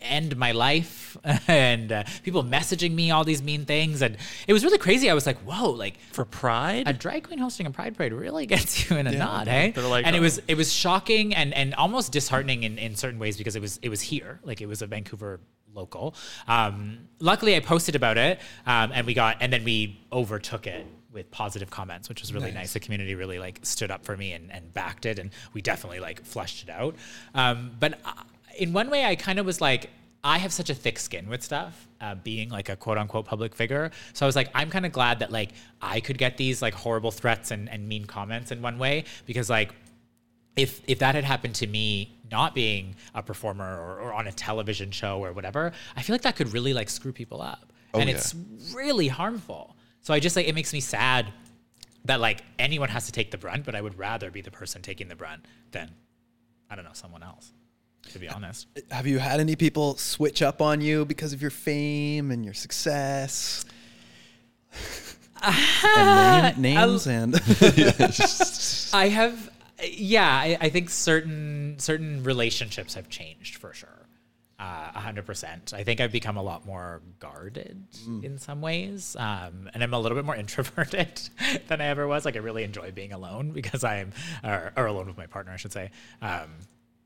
S6: end my life and uh, people messaging me all these mean things and it was really crazy i was like whoa like
S5: For pride?
S6: a drag queen hosting a pride parade really gets you in a knot, hey?
S5: They're like,
S6: and it
S5: uh,
S6: was it was shocking and and almost disheartening in, in certain ways because it was it was here, like it was a Vancouver local. Um, luckily, I posted about it, um, and we got and then we overtook it with positive comments, which was really nice. The community really like stood up for me and and backed it, and we definitely like flushed it out. Um, but I, in one way, I kind of was like. I have such a thick skin with stuff, uh, being like a quote unquote public figure. So I was like, I'm kind of glad that like I could get these like horrible threats and, and mean comments in one way because like if if that had happened to me not being a performer or, or on a television show or whatever, I feel like that could really like screw people up. and
S2: yeah.
S6: it's really harmful. So I just like it makes me sad that like anyone has to take the brunt, but I would rather be the person taking the brunt than I don't know, someone else. To be honest.
S10: Have you had any people switch up on you because of your fame and your success? and name, names and
S6: I have, yeah, I, I think certain certain relationships have changed for sure, Uh, a hundred percent. I think I've become a lot more guarded in some ways, um, and I'm a little bit more introverted than I ever was. Like I really enjoy being alone because I'm, or, or alone with my partner, I should say, um,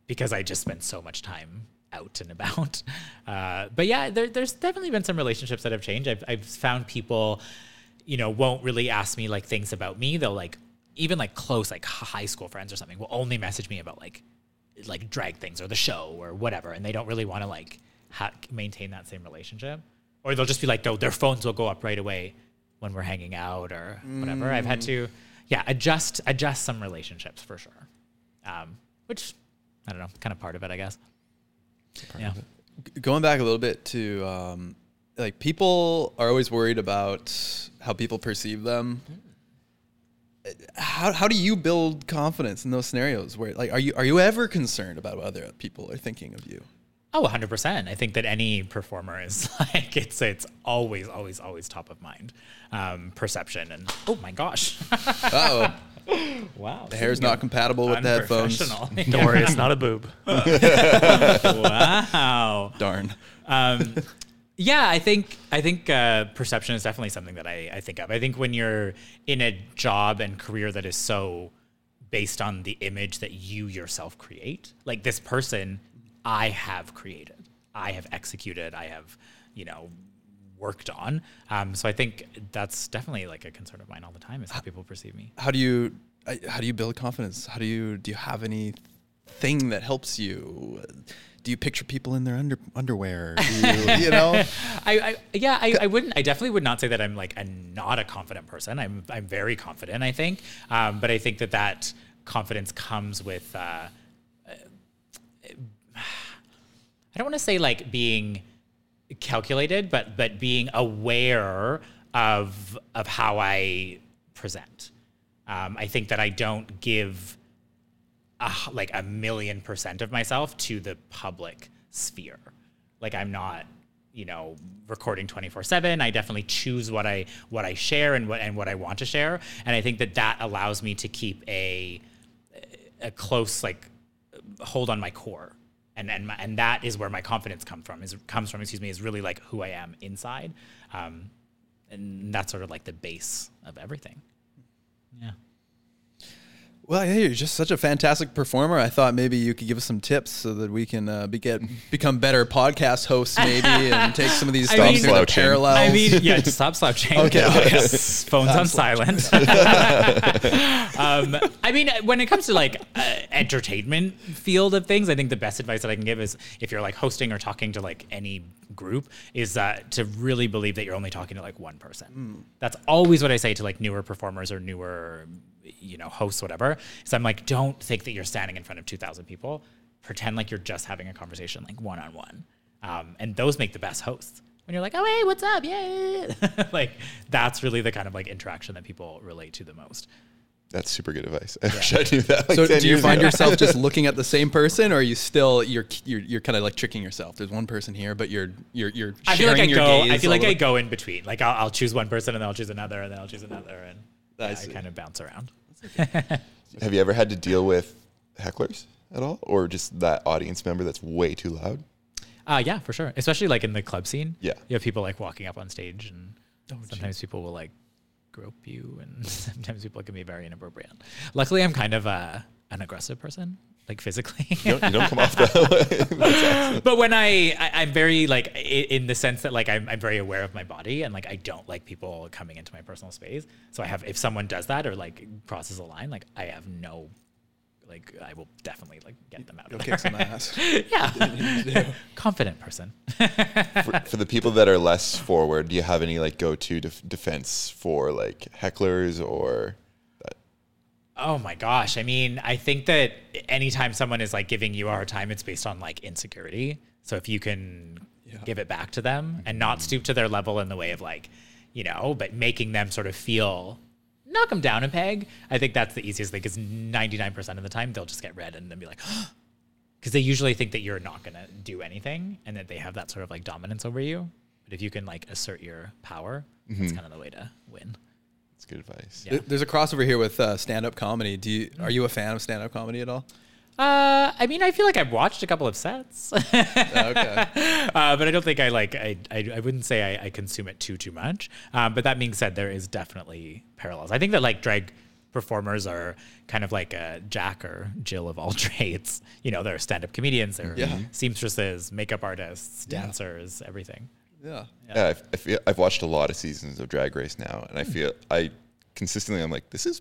S6: because I just spend so much time out and about. Uh, but yeah, there, there's definitely been some relationships that have changed. I've, I've found people you know, won't really ask me like things about me. They'll like even like close like h- high school friends or something will only message me about like like drag things or the show or whatever, and they don't really want to like ha- maintain that same relationship. Or they'll just be like, no, their phones will go up right away when we're hanging out or whatever. I've had to, yeah, adjust adjust some relationships for sure, um, which I don't know, kind of part of it, I guess. yeah.
S10: going back a little bit to um, like people are always worried about how people perceive them. How, how do you build confidence in those scenarios where like are you are you ever concerned about what other people are thinking of you?
S6: Oh, 100%. I think that any performer is like, it's it's always, always, always top of mind um, perception. And oh my gosh.
S10: Oh,
S6: Wow.
S10: the hair's not compatible with the headphones.
S5: Don't worry, it's not a boob.
S6: wow.
S10: Darn.
S6: Um, yeah, I think I think uh, perception is definitely something that I, I think of. I think when you're in a job and career that is so based on the image that you yourself create, like this person I have created. I have executed, I have, you know, worked on. Um, so I think that's definitely like a concern of mine all the time is how people perceive me.
S10: How do you I- how do you build confidence? How do you do you have any thing that helps you? Do you picture people in their under, underwear? Do you, you know,
S6: I, I yeah, I, I wouldn't. I definitely would not say that I'm like a not a confident person. I'm I'm very confident. I think, um, but I think that that confidence comes with. Uh, uh, I don't want to say like being calculated, but but being aware of of how I present. Um, I think that I don't give a h like a million percent of myself to the public sphere. Like I'm not, you know, recording 24/7. I definitely choose what I what I share and what and what I want to share, and I think that that allows me to keep a a close like hold on my core. And, and, my, and that is where my confidence come from is comes from excuse me is really like who I am inside, um, and that's sort of like the base of everything. Yeah.
S10: Well, hey, you're just such a fantastic performer. I thought maybe you could give us some tips so that we can uh, be get, become better podcast hosts, maybe, and take some of these
S6: I
S10: things into
S6: mean-
S10: the
S2: Slouching.
S10: parallels.
S6: I mean, yeah, just stop slouching.
S10: Okay.
S6: Yes. Phones on silent. um, I mean, when it comes to like uh, entertainment field of things, I think the best advice that I can give is if you're like hosting or talking to like any group is uh, to really believe that you're only talking to like one person. That's always what I say to like newer performers or newer, you know, hosts, whatever. Is I'm like, don't think that you're standing in front of 2,000 people. Pretend like you're just having a conversation, like one on one. Um, and those make the best hosts when you're like, oh hey, what's up? Yeah, like that's really the kind of like interaction that people relate to the most.
S2: That's super good advice. I wish I knew that. Like
S10: so,
S2: 10
S10: do you
S2: years
S10: find
S2: ago.
S10: yourself just looking at the same person, or are you still you're you're, you're kind of like tricking yourself? There's one person here, but you're you're you're.
S6: I feel like I
S10: sharing your
S6: go.
S10: gaze
S6: I feel
S10: a
S6: like I
S10: little-
S6: go in between. Like I'll, I'll choose one person and then I'll choose another and then I'll choose another and yeah, I,
S10: see.
S6: kind of bounce around.
S2: Have you ever had to deal with hecklers at all, or just that audience member that's way too loud?
S6: Uh, yeah, for sure. Especially like in the club scene.
S2: Yeah.
S6: you have people like walking up on stage and
S10: Oh,
S6: sometimes people will like grope you and sometimes people can be very inappropriate. Luckily, I'm kind of uh, an aggressive person, like physically.
S2: You don't, you don't come off that. way.
S6: but when I, I I'm very like i- in the sense that like I'm, I'm very aware of my body and like I don't like people coming into my personal space. So I have if someone does that or like crosses a line, like I have no like I will definitely like get them out of
S10: Kick some
S6: there.
S10: ass.
S6: yeah, confident person.
S2: for, for the people that are less forward, do you have any like go-to def- defense for like hecklers or?
S6: Oh my gosh. I mean, I think that anytime someone is like giving you a hard time, it's based on like insecurity. So if you can give it back to them and not stoop to their level in the way of like, you know, but making them sort of feel knock them down a peg, I think that's the easiest thing because 99% of the time they'll just get red and then be like, because they usually think that you're not going to do anything and that they have that sort of like dominance over you. But if you can like assert your power, that's kind of the way to win.
S2: That's good advice.
S10: There- There's a crossover here with uh, stand-up comedy. Do you are you a fan of stand-up comedy at all?
S6: Uh, I mean, I feel like I've watched a couple of sets.
S10: Oh, Okay.
S6: uh, but I don't think I like I I, I wouldn't say I, I consume it too too much. Um, but that being said, there is definitely parallels. I think that like drag performers are kind of like a Jack or Jill of all trades. You know, they're stand up comedians, they're
S10: Yeah.
S6: seamstresses, makeup artists, dancers, everything.
S10: yeah.
S2: Yeah, Hmm. I've, I feel, I've watched a lot of seasons of Drag Race now, and I feel I consistently I'm like, this is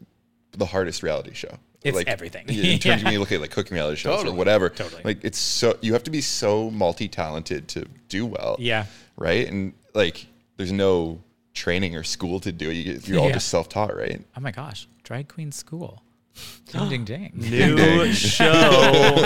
S2: the hardest reality show.
S6: It's
S2: like,
S6: everything.
S2: yeah, In terms of when you look at like cooking reality shows
S10: Totally.
S2: or whatever,
S6: Totally.
S2: like it's so you have to be so multi talented to do well.
S6: Yeah.
S2: right. And like, there's no training or school to do it. You- You're all
S6: Yeah.
S2: just self taught, right?
S6: Oh my gosh, drag queen school. Ding ding ding.
S5: New show.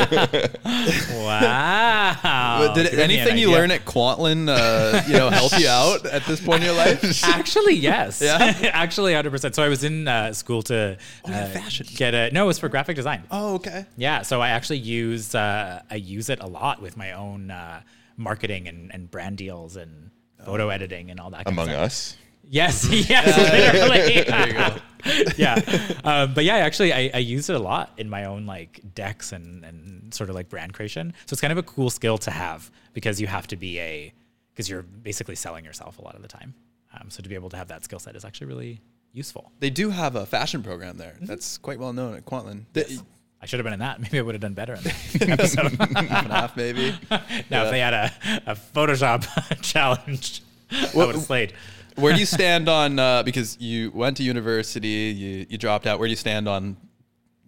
S6: Wow.
S10: But did
S6: Give me an
S10: anything you
S6: idea.
S10: learn at Quantlin, uh, you know, help you out at this point in your life?
S6: Actually, yes.
S10: Yeah? Oh,
S6: Actually, hundred percent. So I was in uh, school to uh,
S10: fashion.
S6: get a no. It was for graphic design.
S10: Oh, okay.
S6: Yeah. So I actually use uh, I use it a lot with my own uh, marketing and, and brand deals and photo
S10: Oh.
S6: editing and all that. kind of
S2: Among
S6: stuff.
S2: Us.
S6: Yes, yes, literally. yeah. Um, but yeah, actually, I, I use it a lot in my own like decks and, and sort of like brand creation. So it's kind of a cool skill to have because you have to be a, because you're basically selling yourself a lot of the time. Um, so to be able to have that skill set is actually really useful.
S10: They do have a fashion program there that's quite well known at Quantlin. Th-
S6: I should have been in that. Maybe I would have done better in that episode.
S10: Half and half, maybe.
S6: now, if they had a, a Photoshop challenge, I would have slayed.
S10: Where do you stand on uh, because you went to university, you, you dropped out. Where do you stand on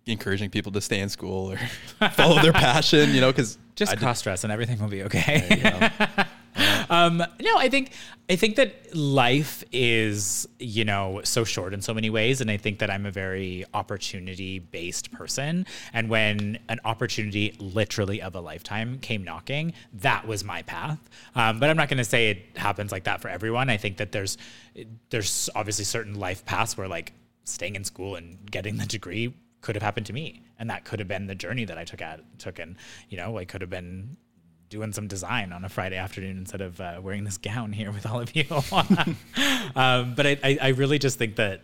S10: encouraging people to stay in school or follow their passion? You know, because
S6: Just cross dress and everything will be okay. um, no, I think I think that life is you know so short in so many ways, and I think that I'm a very opportunity based person. And when an opportunity, literally of a lifetime, came knocking, that was my path. Um, but I'm not going to say it happens like that for everyone. I think that there's there's obviously certain life paths where like staying in school and getting the degree could have happened to me and that could have been the journey that I took at took and you know I could have been doing some design on a Friday afternoon instead of uh, wearing this gown here with all of you. um, but I, I, I really just think that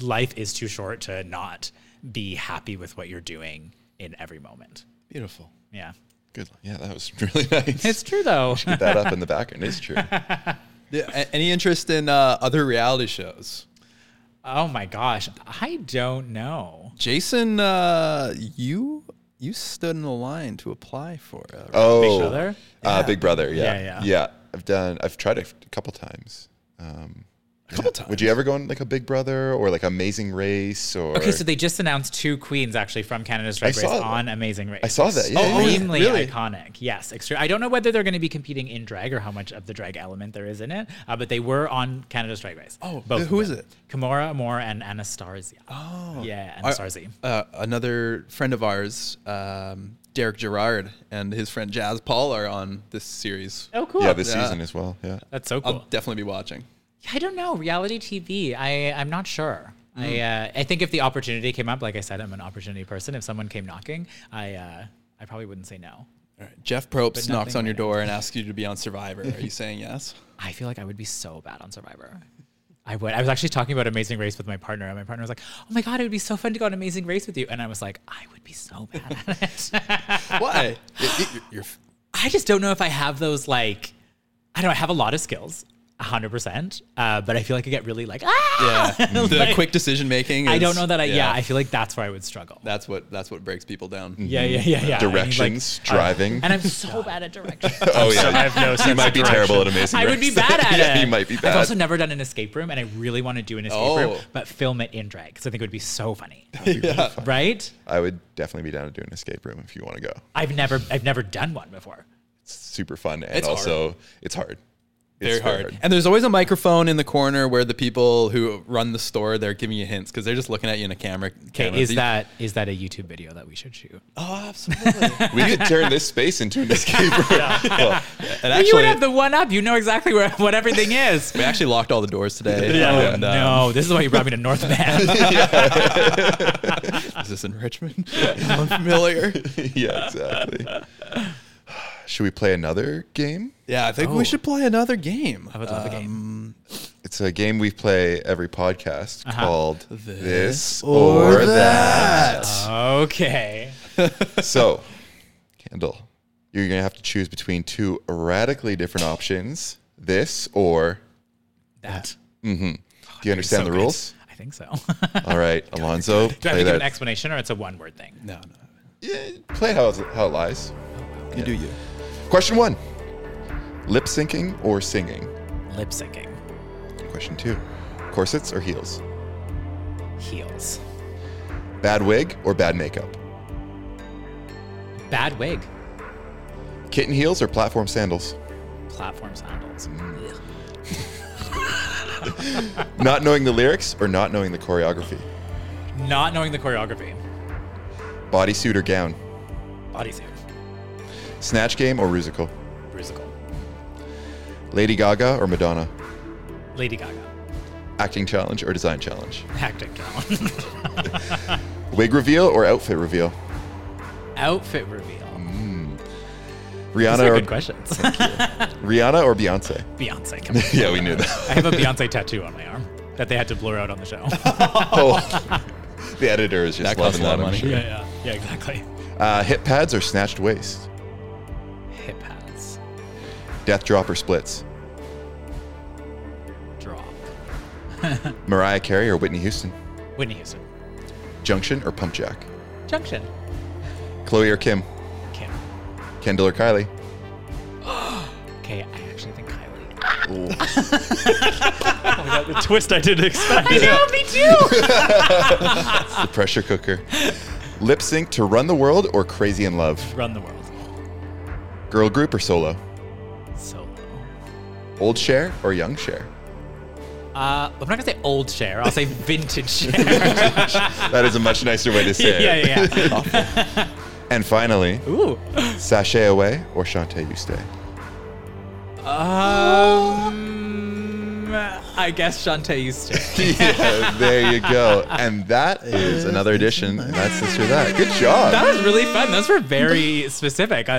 S6: life is too short to not be happy with what you're doing in every moment.
S2: Beautiful.
S6: Yeah.
S2: Good. Yeah, that was really nice.
S6: It's true though.
S2: Get that up in the background. It's true.
S10: yeah, a- any interest in uh, other reality shows?
S6: oh my gosh. I don't know.
S10: Jason, uh, you you stood in the line to apply for it.
S2: Oh,
S6: Brother?
S2: Uh, Big Brother. Yeah.
S6: Yeah, yeah.
S2: I've done. I've tried it a couple times. Um, a couple times. Would you ever go on like a Big Brother or like Amazing Race or?
S6: Okay, so they just announced two queens actually from Canada's Drag
S2: I
S6: Race
S2: saw that.
S6: on Amazing Race.
S2: I saw that, yeah, yeah, yeah.
S6: extremely
S2: Really?
S6: iconic. Yes, extre- I don't know whether they're going to be competing in drag or how much of the drag element there is in it, uh, but they were on Canada's Drag Race.
S10: Oh,
S6: Both
S10: who
S6: of
S10: is
S6: them.
S10: it?
S6: Kimora Moore and Anastasia. Oh, yeah,
S10: Are-
S6: Anastasia.
S10: uh, another friend of ours, um, Derek Gerard, and his friend Jazz Paul are on this series.
S6: oh, cool.
S2: yeah, this
S10: Yeah.
S2: season as well. Yeah.
S6: That's so
S10: I'll
S6: cool.
S10: definitely be watching.
S6: I don't know reality TV. I I'm not sure.
S2: Hmm.
S6: I uh, I think if the opportunity came up, like I said, I'm an opportunity person. If someone came knocking, I uh, I probably wouldn't say no.
S10: Jeff Probst knocks
S6: nothing
S10: on your
S6: right
S10: door and asks you to be on Survivor. Are you saying yes?
S6: I feel like I would be so bad on Survivor. I would. I was actually talking about Amazing Race with my partner, and my partner was like, "Oh my god, it would be so fun to go on Amazing Race with you." And I was like, "I would be so bad at it."
S10: Why? It- it- you're- you're-
S6: I just don't know if I have those like. I don't. I have a lot of skills, hundred percent. Uh, but I feel like I get really like ah.
S10: yeah, the
S6: Like,
S10: quick decision making. Is,
S6: I don't know that I. Yeah. I feel like that's where I would struggle.
S10: that's what that's what breaks people down.
S6: yeah, yeah, yeah, yeah. I mean, like,
S2: Directions,
S6: I-
S2: driving.
S6: and I'm so bad at directions.
S2: oh yeah.
S5: I have no sense
S2: you might
S5: of
S2: be
S5: direction.
S2: terrible at Amazing
S6: I
S2: Race.
S6: would be bad at
S2: yeah,
S6: it.
S2: You might be bad.
S6: I've also never done an escape room, and I really want to do an escape room,
S10: Oh.
S6: but film it in drag because I think it would be so funny, right?
S2: I would definitely be down to do an escape room if you want to go.
S6: I've never, I've never done one before.
S2: It's super fun and
S10: It's hard.
S2: also it's hard. It's
S10: Very hard. And there's always a microphone in the corner where the people who run the store they're giving you hints because they're just looking at you in a camera.
S6: Okay,
S10: camera.
S6: is that is that a YouTube video that we should shoot?
S10: Oh, absolutely.
S2: we could turn this space into an escape room. Well,
S10: and
S6: you would
S10: actually,
S6: have the one up. You know exactly where what everything is.
S10: we actually locked all the doors today.
S6: Oh,
S10: and, um,
S6: no, this is why you brought me to Northman.
S10: Is this in Richmond? I'm familiar.
S2: yeah, exactly. Should we play another game?
S10: Yeah, I
S6: Oh.
S10: think we should play another game. Uh,
S6: I would love a game.
S2: It's a game we play every podcast
S6: Uh-huh.
S2: called This or That.
S6: Okay.
S2: So, Kendall, you're going to have to choose between two radically different options this or.
S6: That.
S2: Do you understand
S6: Oh,
S2: the
S6: So good.
S2: rules?
S6: I think so.
S2: All right, Alonzo,
S6: Do I have
S2: play
S6: to give
S2: that.
S6: an explanation or it's a one word thing?
S10: No, no.
S2: Yeah, play how, it's- how it lies.
S10: You do you.
S2: Question one lip syncing or singing?
S6: Lip syncing.
S2: Question two corsets or heels?
S6: Heels.
S2: Bad wig or bad makeup?
S6: Bad wig.
S2: Kitten heels or platform sandals?
S6: Platform sandals. Ugh.
S2: Not knowing the lyrics or not knowing the choreography?
S6: Not knowing the choreography.
S2: Bodysuit or gown?
S6: Bodysuit.
S2: Snatch game or musical?
S6: Musical.
S2: Lady Gaga or Madonna?
S6: Lady Gaga.
S2: Acting challenge or design challenge?
S6: Acting challenge.
S2: Wig reveal or outfit reveal?
S6: Outfit
S5: Mm.
S6: reveal. Those
S2: Rihanna
S6: are
S2: or,
S6: good questions.
S2: Rihanna or Beyonce?
S6: Beyonce. Come on.
S2: Yeah, we knew that.
S6: I have a Beyonce tattoo on my arm that they had to blur out on the show.
S2: Oh. the editor is just
S10: That costs
S2: loving
S10: a lot
S2: that.
S10: of
S2: I'm
S10: money.
S2: sure.
S6: yeah. Yeah, exactly.
S2: Uh, hip pads or snatched waist?
S6: Hip pads.
S2: Death drop or splits?
S6: Drop.
S2: Mariah Carey or Whitney Houston?
S6: Whitney Houston.
S2: Junction or pump jack?
S6: Junction.
S2: Chloe or Kim?
S6: Kim.
S2: Kendall or Kylie?
S6: Okay, I actually think Kylie.
S2: Ooh.
S5: Oh my God, the twist I didn't expect.
S6: me too.
S2: the pressure cooker. Lip sync to Run the World or Crazy in Love?
S6: Run the world.
S2: Girl group or solo?
S6: Solo.
S2: Old share or young share?
S6: Uh, I'm not gonna say old share. I'll say vintage share.
S2: That is a much nicer way to say it.
S6: yeah, yeah, yeah.
S2: And finally,
S6: Ooh.
S2: Sashay Away or Shantae You Stay?
S6: Um, I guess Shantae used to.
S2: Yeah, there you go. And that is another edition. And that's this or that. Good job.
S6: That was really fun. Those were very specific. I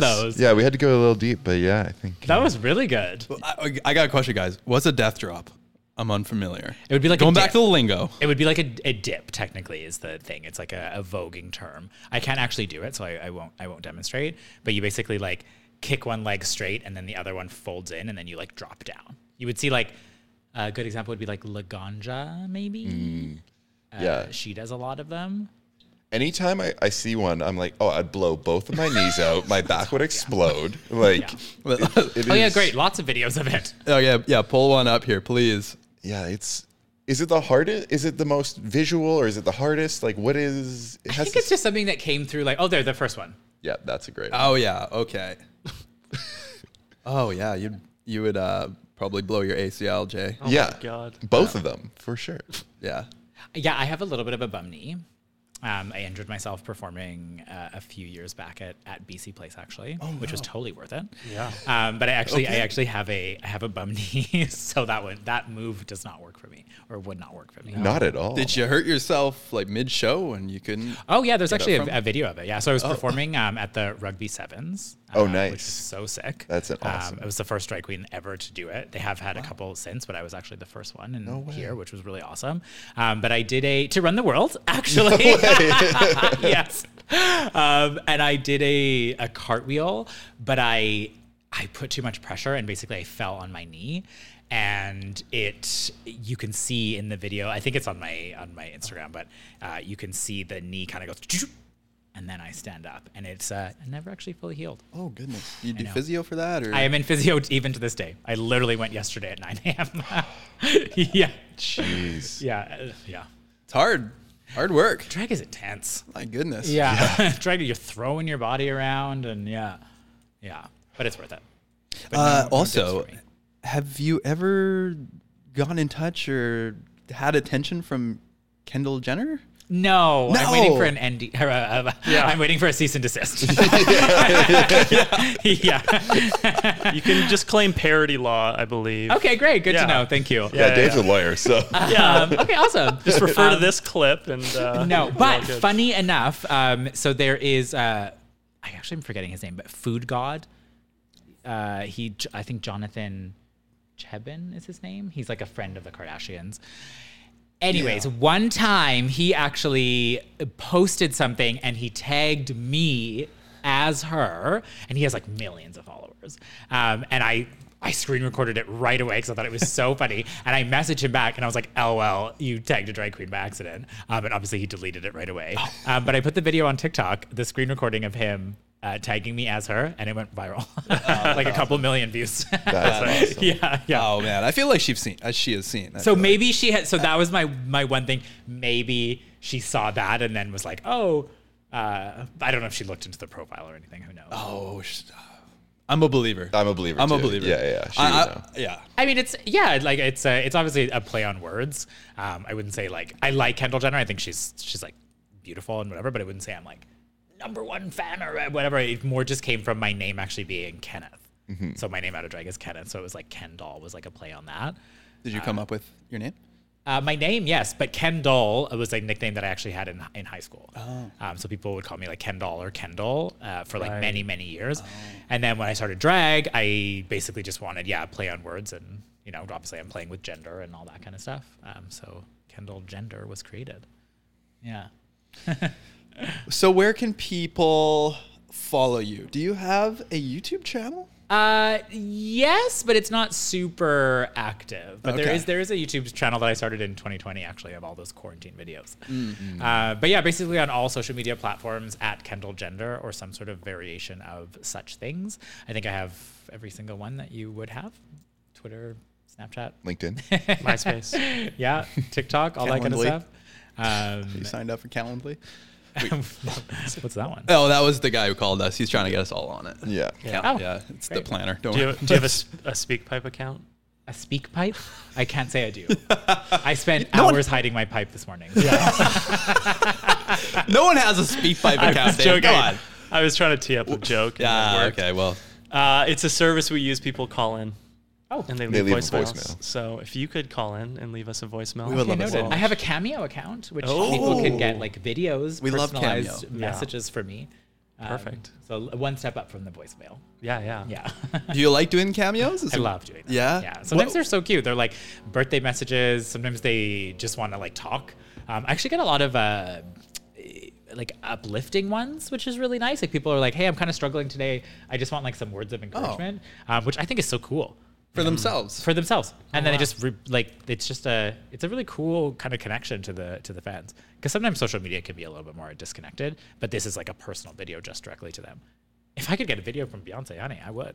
S2: Yes.
S6: those.
S2: Yeah, we had to go a little deep, but yeah, I think
S6: That was really good.
S3: I, I got a question, guys. What's a death drop? I'm unfamiliar.
S6: It would be like a
S3: going back
S6: dip.
S3: to the lingo.
S6: It would be like a, a dip, technically, is the thing. It's like a, a voguing term. I can't actually do it, so I, I won't. I won't demonstrate. But you basically like kick one leg straight, and then the other one folds in, and then you like drop down. You would see like a good example would be like Laganja, maybe.
S2: Mm,
S6: Uh,
S2: yeah.
S6: She does a lot of them.
S2: Anytime I, I see one, I'm like, oh, I'd blow both of my knees out. My back would explode. Like, it- it
S6: Oh yeah,
S2: is-
S6: great! Lots of videos of it.
S10: Oh yeah, yeah. Pull one up here, please.
S2: Yeah, it's. Is it the hardest? Is it the most visual, or is it the hardest? Like, what is? It
S6: I
S2: has
S6: think it's
S2: this-
S6: just something that came through. Like, oh, there, the first one.
S2: Yeah, that's a great. one.
S10: Oh yeah. Okay. oh yeah. You would you would uh, probably blow your ACL, Jay.
S3: Oh
S6: Oh.
S2: yeah,
S5: God.
S2: both of them for sure.
S10: Yeah.
S6: Yeah, I have a little bit of a bum knee. Um, I injured myself performing uh, a few years back at, at BC Place actually,
S2: Oh,
S6: which was totally worth it.
S5: Yeah.
S6: Um, but I actually I actually have a I have a bum knee, so that one that move does not work for me or would not work for me.
S2: Not at all.
S10: Did you hurt yourself like mid-show and you couldn't?
S6: Oh yeah, there's actually
S10: from-
S6: a, a video of it. Yeah, so I was performing um, at the Rugby Sevens.
S2: Oh,
S6: uh, Which
S2: nice.
S6: is so sick.
S2: That's an awesome-
S6: Um, it was the first drag queen ever to do it. They have had a couple since, but I was actually the first one in here, which was really awesome. Um, but I did a to run the world actually. yes. Um, and I did a a cartwheel, but I I put too much pressure and basically I fell on my knee. And it, you can see in the video. I think it's on my on my Instagram, but uh, you can see the knee kind of goes, and then I stand up, and it's uh, never actually fully healed.
S10: Oh goodness. You do
S6: know.
S10: physio for that, or
S6: I am in physio even to this day. I literally went yesterday at 9 a.m. yeah,
S2: Jeez.
S6: yeah, uh, yeah.
S10: it's hard, hard work.
S6: Drag is intense.
S10: My goodness.
S3: Uh,
S6: Yeah. Drag, you're throwing your body around and yeah. Yeah. But it's worth it. But no- no
S10: Uh,
S6: tips
S10: also,
S6: for me.
S10: have you ever gone in touch or had attention from Kendall Jenner?
S6: no, I'm waiting
S10: No.
S6: for an ND. Or, uh, uh, I'm waiting for a cease and desist. yeah.
S5: You can just claim parody law, I believe.
S6: Okay, great. Good
S5: Yeah.
S6: to know. Thank you.
S2: Yeah,
S5: yeah,
S2: Dave's
S5: yeah.
S2: a lawyer, so
S6: Um, okay, awesome.
S5: Just refer to
S6: Um,
S5: this clip and. Uh,
S6: No,
S5: we're all
S6: but
S5: good.
S6: funny enough, um, so there is. Uh, I actually am forgetting his name, but Food God. Uh, he, I think Jonathan Chebin is his name. He's like a friend of the Kardashians. Anyways, one time he actually posted something and he tagged me as her, and he has like millions of followers. Um, and I. I screen recorded it right away because I thought it was so funny. And I messaged him back and I was like, LOL, you tagged a drag queen by accident. Um, and obviously he deleted it right away.
S2: Oh.
S6: Um, but I put the video on TikTok, the screen recording of him uh, tagging me as her, and it went viral. like a couple million views.
S2: Oh. that's awesome.
S6: yeah, yeah.
S10: Oh man, I feel like she's seen. Uh, she has seen. I
S6: So
S10: feel like-
S6: maybe she had. So that was my my one thing. Maybe she saw that and then was like, oh, uh, I don't know if she looked into the profile or anything. Who knows?
S10: Oh, sh- I'm a believer.
S2: I'm a believer.
S10: I'm a
S2: too.
S10: believer.
S2: Yeah, yeah. She
S10: I-
S2: would
S10: I-
S2: know.
S10: yeah.
S6: I mean, it's yeah, like it's a, it's obviously a play on words. Um, I wouldn't say like I like Kendall Jenner. I think she's she's like beautiful and whatever, but I wouldn't say I'm like number one fan or whatever. It more just came from my name actually being Kenneth. So my name out of drag is Kenneth. So it was like Kendall was like a play on that.
S10: Did you come up with your name?
S6: Uh, my name, yes, but Kendall was a nickname that I actually had in, in high school. Um, so people would call me like Kendall or Kendall uh, for like
S5: Right.
S6: many, many years. And then when I started drag, I basically just wanted, yeah, play on words. And, you know, obviously I'm playing with gender and all that kind of stuff. Um, so Kendall Gender was created. Yeah.
S10: So where can people follow you? Do you have a YouTube channel?
S6: Uh, yes, but it's not super active. But there
S11: Okay.
S6: is there is a YouTube channel that I started in 2020 actually of all those quarantine videos. Uh, but yeah, basically on all social media platforms at Kendall Gender or some sort of variation of such things. I think I have every single one that you would have: Twitter, Snapchat,
S2: LinkedIn,
S5: MySpace.
S6: yeah, TikTok, all that kind of
S5: Calendly.
S6: stuff. Um,
S10: you signed up for Calendly?
S6: What's that one?
S3: Oh, that was the guy who called us. He's trying to get us all on it.
S2: Yeah.
S3: Yeah.
S6: Oh,
S3: yeah. It's
S6: great.
S3: the planner. Don't
S5: Do you,
S3: worry.
S5: do you have a, a SpeakPipe account?
S6: A speak pipe? I can't say I do. I spent hours hiding my pipe this morning.
S3: no one has a speak pipe
S5: I
S3: account.
S5: was
S3: Dave.
S5: joking.
S3: Come on.
S5: I was trying to tee up a joke. and it
S3: Ah,
S5: worked.
S3: okay. Well,
S5: Uh, it's a service we use. People call in.
S6: Oh.
S5: And they leave,
S2: They leave a
S5: voicemails.
S2: voicemail.
S5: So if you could call in and leave us a voicemail,
S10: We would
S6: Okay,
S10: love it so
S6: noted.
S10: much.
S6: I have a Cameo account, which
S5: Oh.
S6: people can get like videos,
S10: We love Cameo.
S6: personalized
S10: Yeah.
S6: messages for me. Um,
S5: Perfect.
S6: So l- one step up from the voicemail.
S5: Yeah, yeah.
S6: Yeah.
S10: Do you like doing cameos? Is
S6: I
S10: it-
S6: love doing that.
S10: Yeah?
S6: Yeah. Sometimes
S10: What-
S6: they're so cute. They're like birthday messages. Sometimes they just want to like talk. Um, I actually get a lot of uh, like uplifting ones, which is really nice. Like people are like, "Hey, I'm kind of struggling today. I just want like some words of encouragement,"
S10: Oh.
S6: um, which I think is so cool
S10: for themselves.
S6: for themselves. And then it just re- like it's just a it's a really cool kind of connection to the to the fans because sometimes social media can be a little bit more disconnected, but this is like a personal video just directly to them. If I could get a video from Beyonce, honey, I would.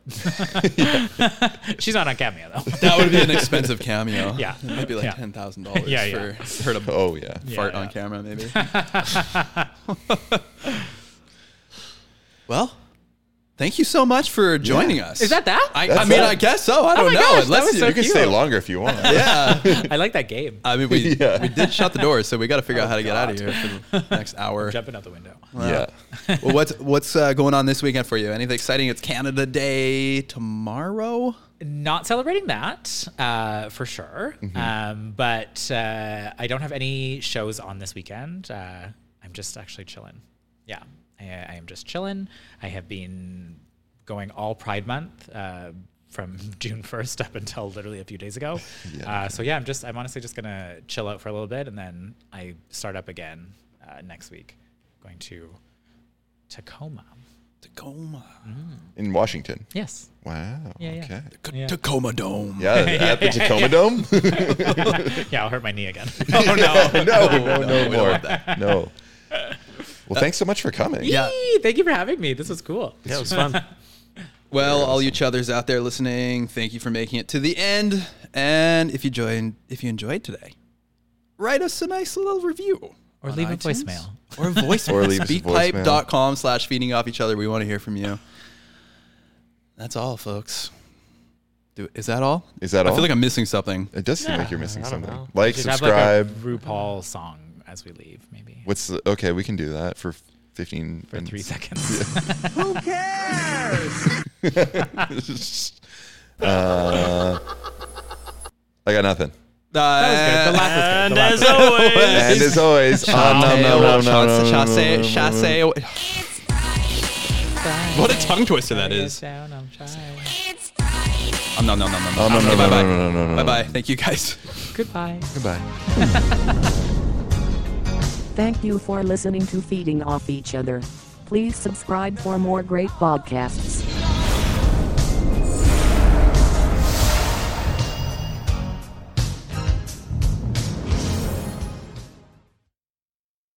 S6: She's not on Cameo though.
S10: that would be an expensive cameo.
S6: Yeah.
S10: It might be like
S6: Yeah.
S10: ten thousand dollars
S6: Yeah,
S10: for
S6: yeah.
S10: heard a
S2: Oh yeah.
S10: fart
S6: yeah.
S10: on camera, maybe. well, thank you so much for joining us.
S6: Is that that? Oh
S3: I,
S10: I
S3: I
S2: That's
S10: mean,
S3: mean,
S2: it.
S10: I guess so. I don't
S6: my
S10: know.
S6: gosh, that
S10: Unless
S6: was
S10: you,
S6: so
S2: You can
S10: can-
S2: stay longer if you want.
S10: Yeah.
S6: I Oh, like that game.
S3: I mean, we
S2: Yeah.
S3: we did shut the door, so we got to figure out how to get out of here for the
S10: Next hour.
S6: Jumping out the window.
S2: Yeah.
S10: well, what's what's uh, going on this weekend for you? Anything exciting? It's Canada Day tomorrow.
S6: Not celebrating that uh, for sure, um, but uh, I don't have any shows on this weekend. Uh, I'm just actually chilling. Yeah, I, I am just chilling. I have been going all Pride Month uh, from June 1st up until literally a few days ago. Uh, so yeah, I'm just I'm honestly just gonna chill out for a little bit, and then I start up again uh, next week. Going to Tacoma.
S10: Tacoma.
S2: In Washington.
S6: Yes.
S2: Wow.
S6: Yeah, yeah.
S2: okay.
S6: Yeah.
S10: Tacoma Dome.
S2: Yeah, at the Tacoma Dome.
S6: Yeah, I'll hurt my knee again.
S2: oh no, no, no, no
S10: don't
S2: more.
S10: want that.
S2: No. Well, thanks so much for coming.
S10: Yeah.
S6: Yee, Thank you for having me. This was cool.
S5: Yeah, it was fun.
S10: Well, all you chuthers out there listening, thank you for making it to the end. And if you joined, if you enjoyed today, write us a nice little review.
S6: Or
S10: on
S6: leave a
S10: iTunes.
S6: voicemail.
S10: Or a voicemail.
S2: Or leave us a voicemail.
S10: Speakpipe.com slash feeding off each other. We want to hear from you. That's all, folks. Do, is that all?
S2: Is that
S10: I
S2: all?
S10: feel like I'm missing something.
S2: It does seem
S6: Yeah,
S2: like you're missing
S5: I don't
S2: something.
S5: know.
S2: Like,
S6: Should have, like, a
S2: subscribe.
S6: RuPaul song as we leave, maybe.
S2: What's the, okay? We can do that for 15
S6: For three
S2: minutes.
S6: seconds.
S2: Uh, I got nothing.
S6: That was good. The laugh was good. The
S5: And
S6: laugh was
S5: as
S6: good.
S5: always,
S2: And as always, on the- no, no, no, no, no, no, no, no, no, no.
S10: Chasse.
S3: what a tongue twister that is.
S6: Down, I'm trying.
S3: Um, nom nom nom nom.
S2: Oh, no,
S3: nom.
S2: no, no,
S3: Okay, bye bye.
S2: no, no, no, no,
S10: Bye
S2: no.
S10: bye. Thank you guys.
S6: Goodbye.
S2: Goodbye.
S1: Thank you for listening to Feeding Off Each Other. Please subscribe for more great podcasts.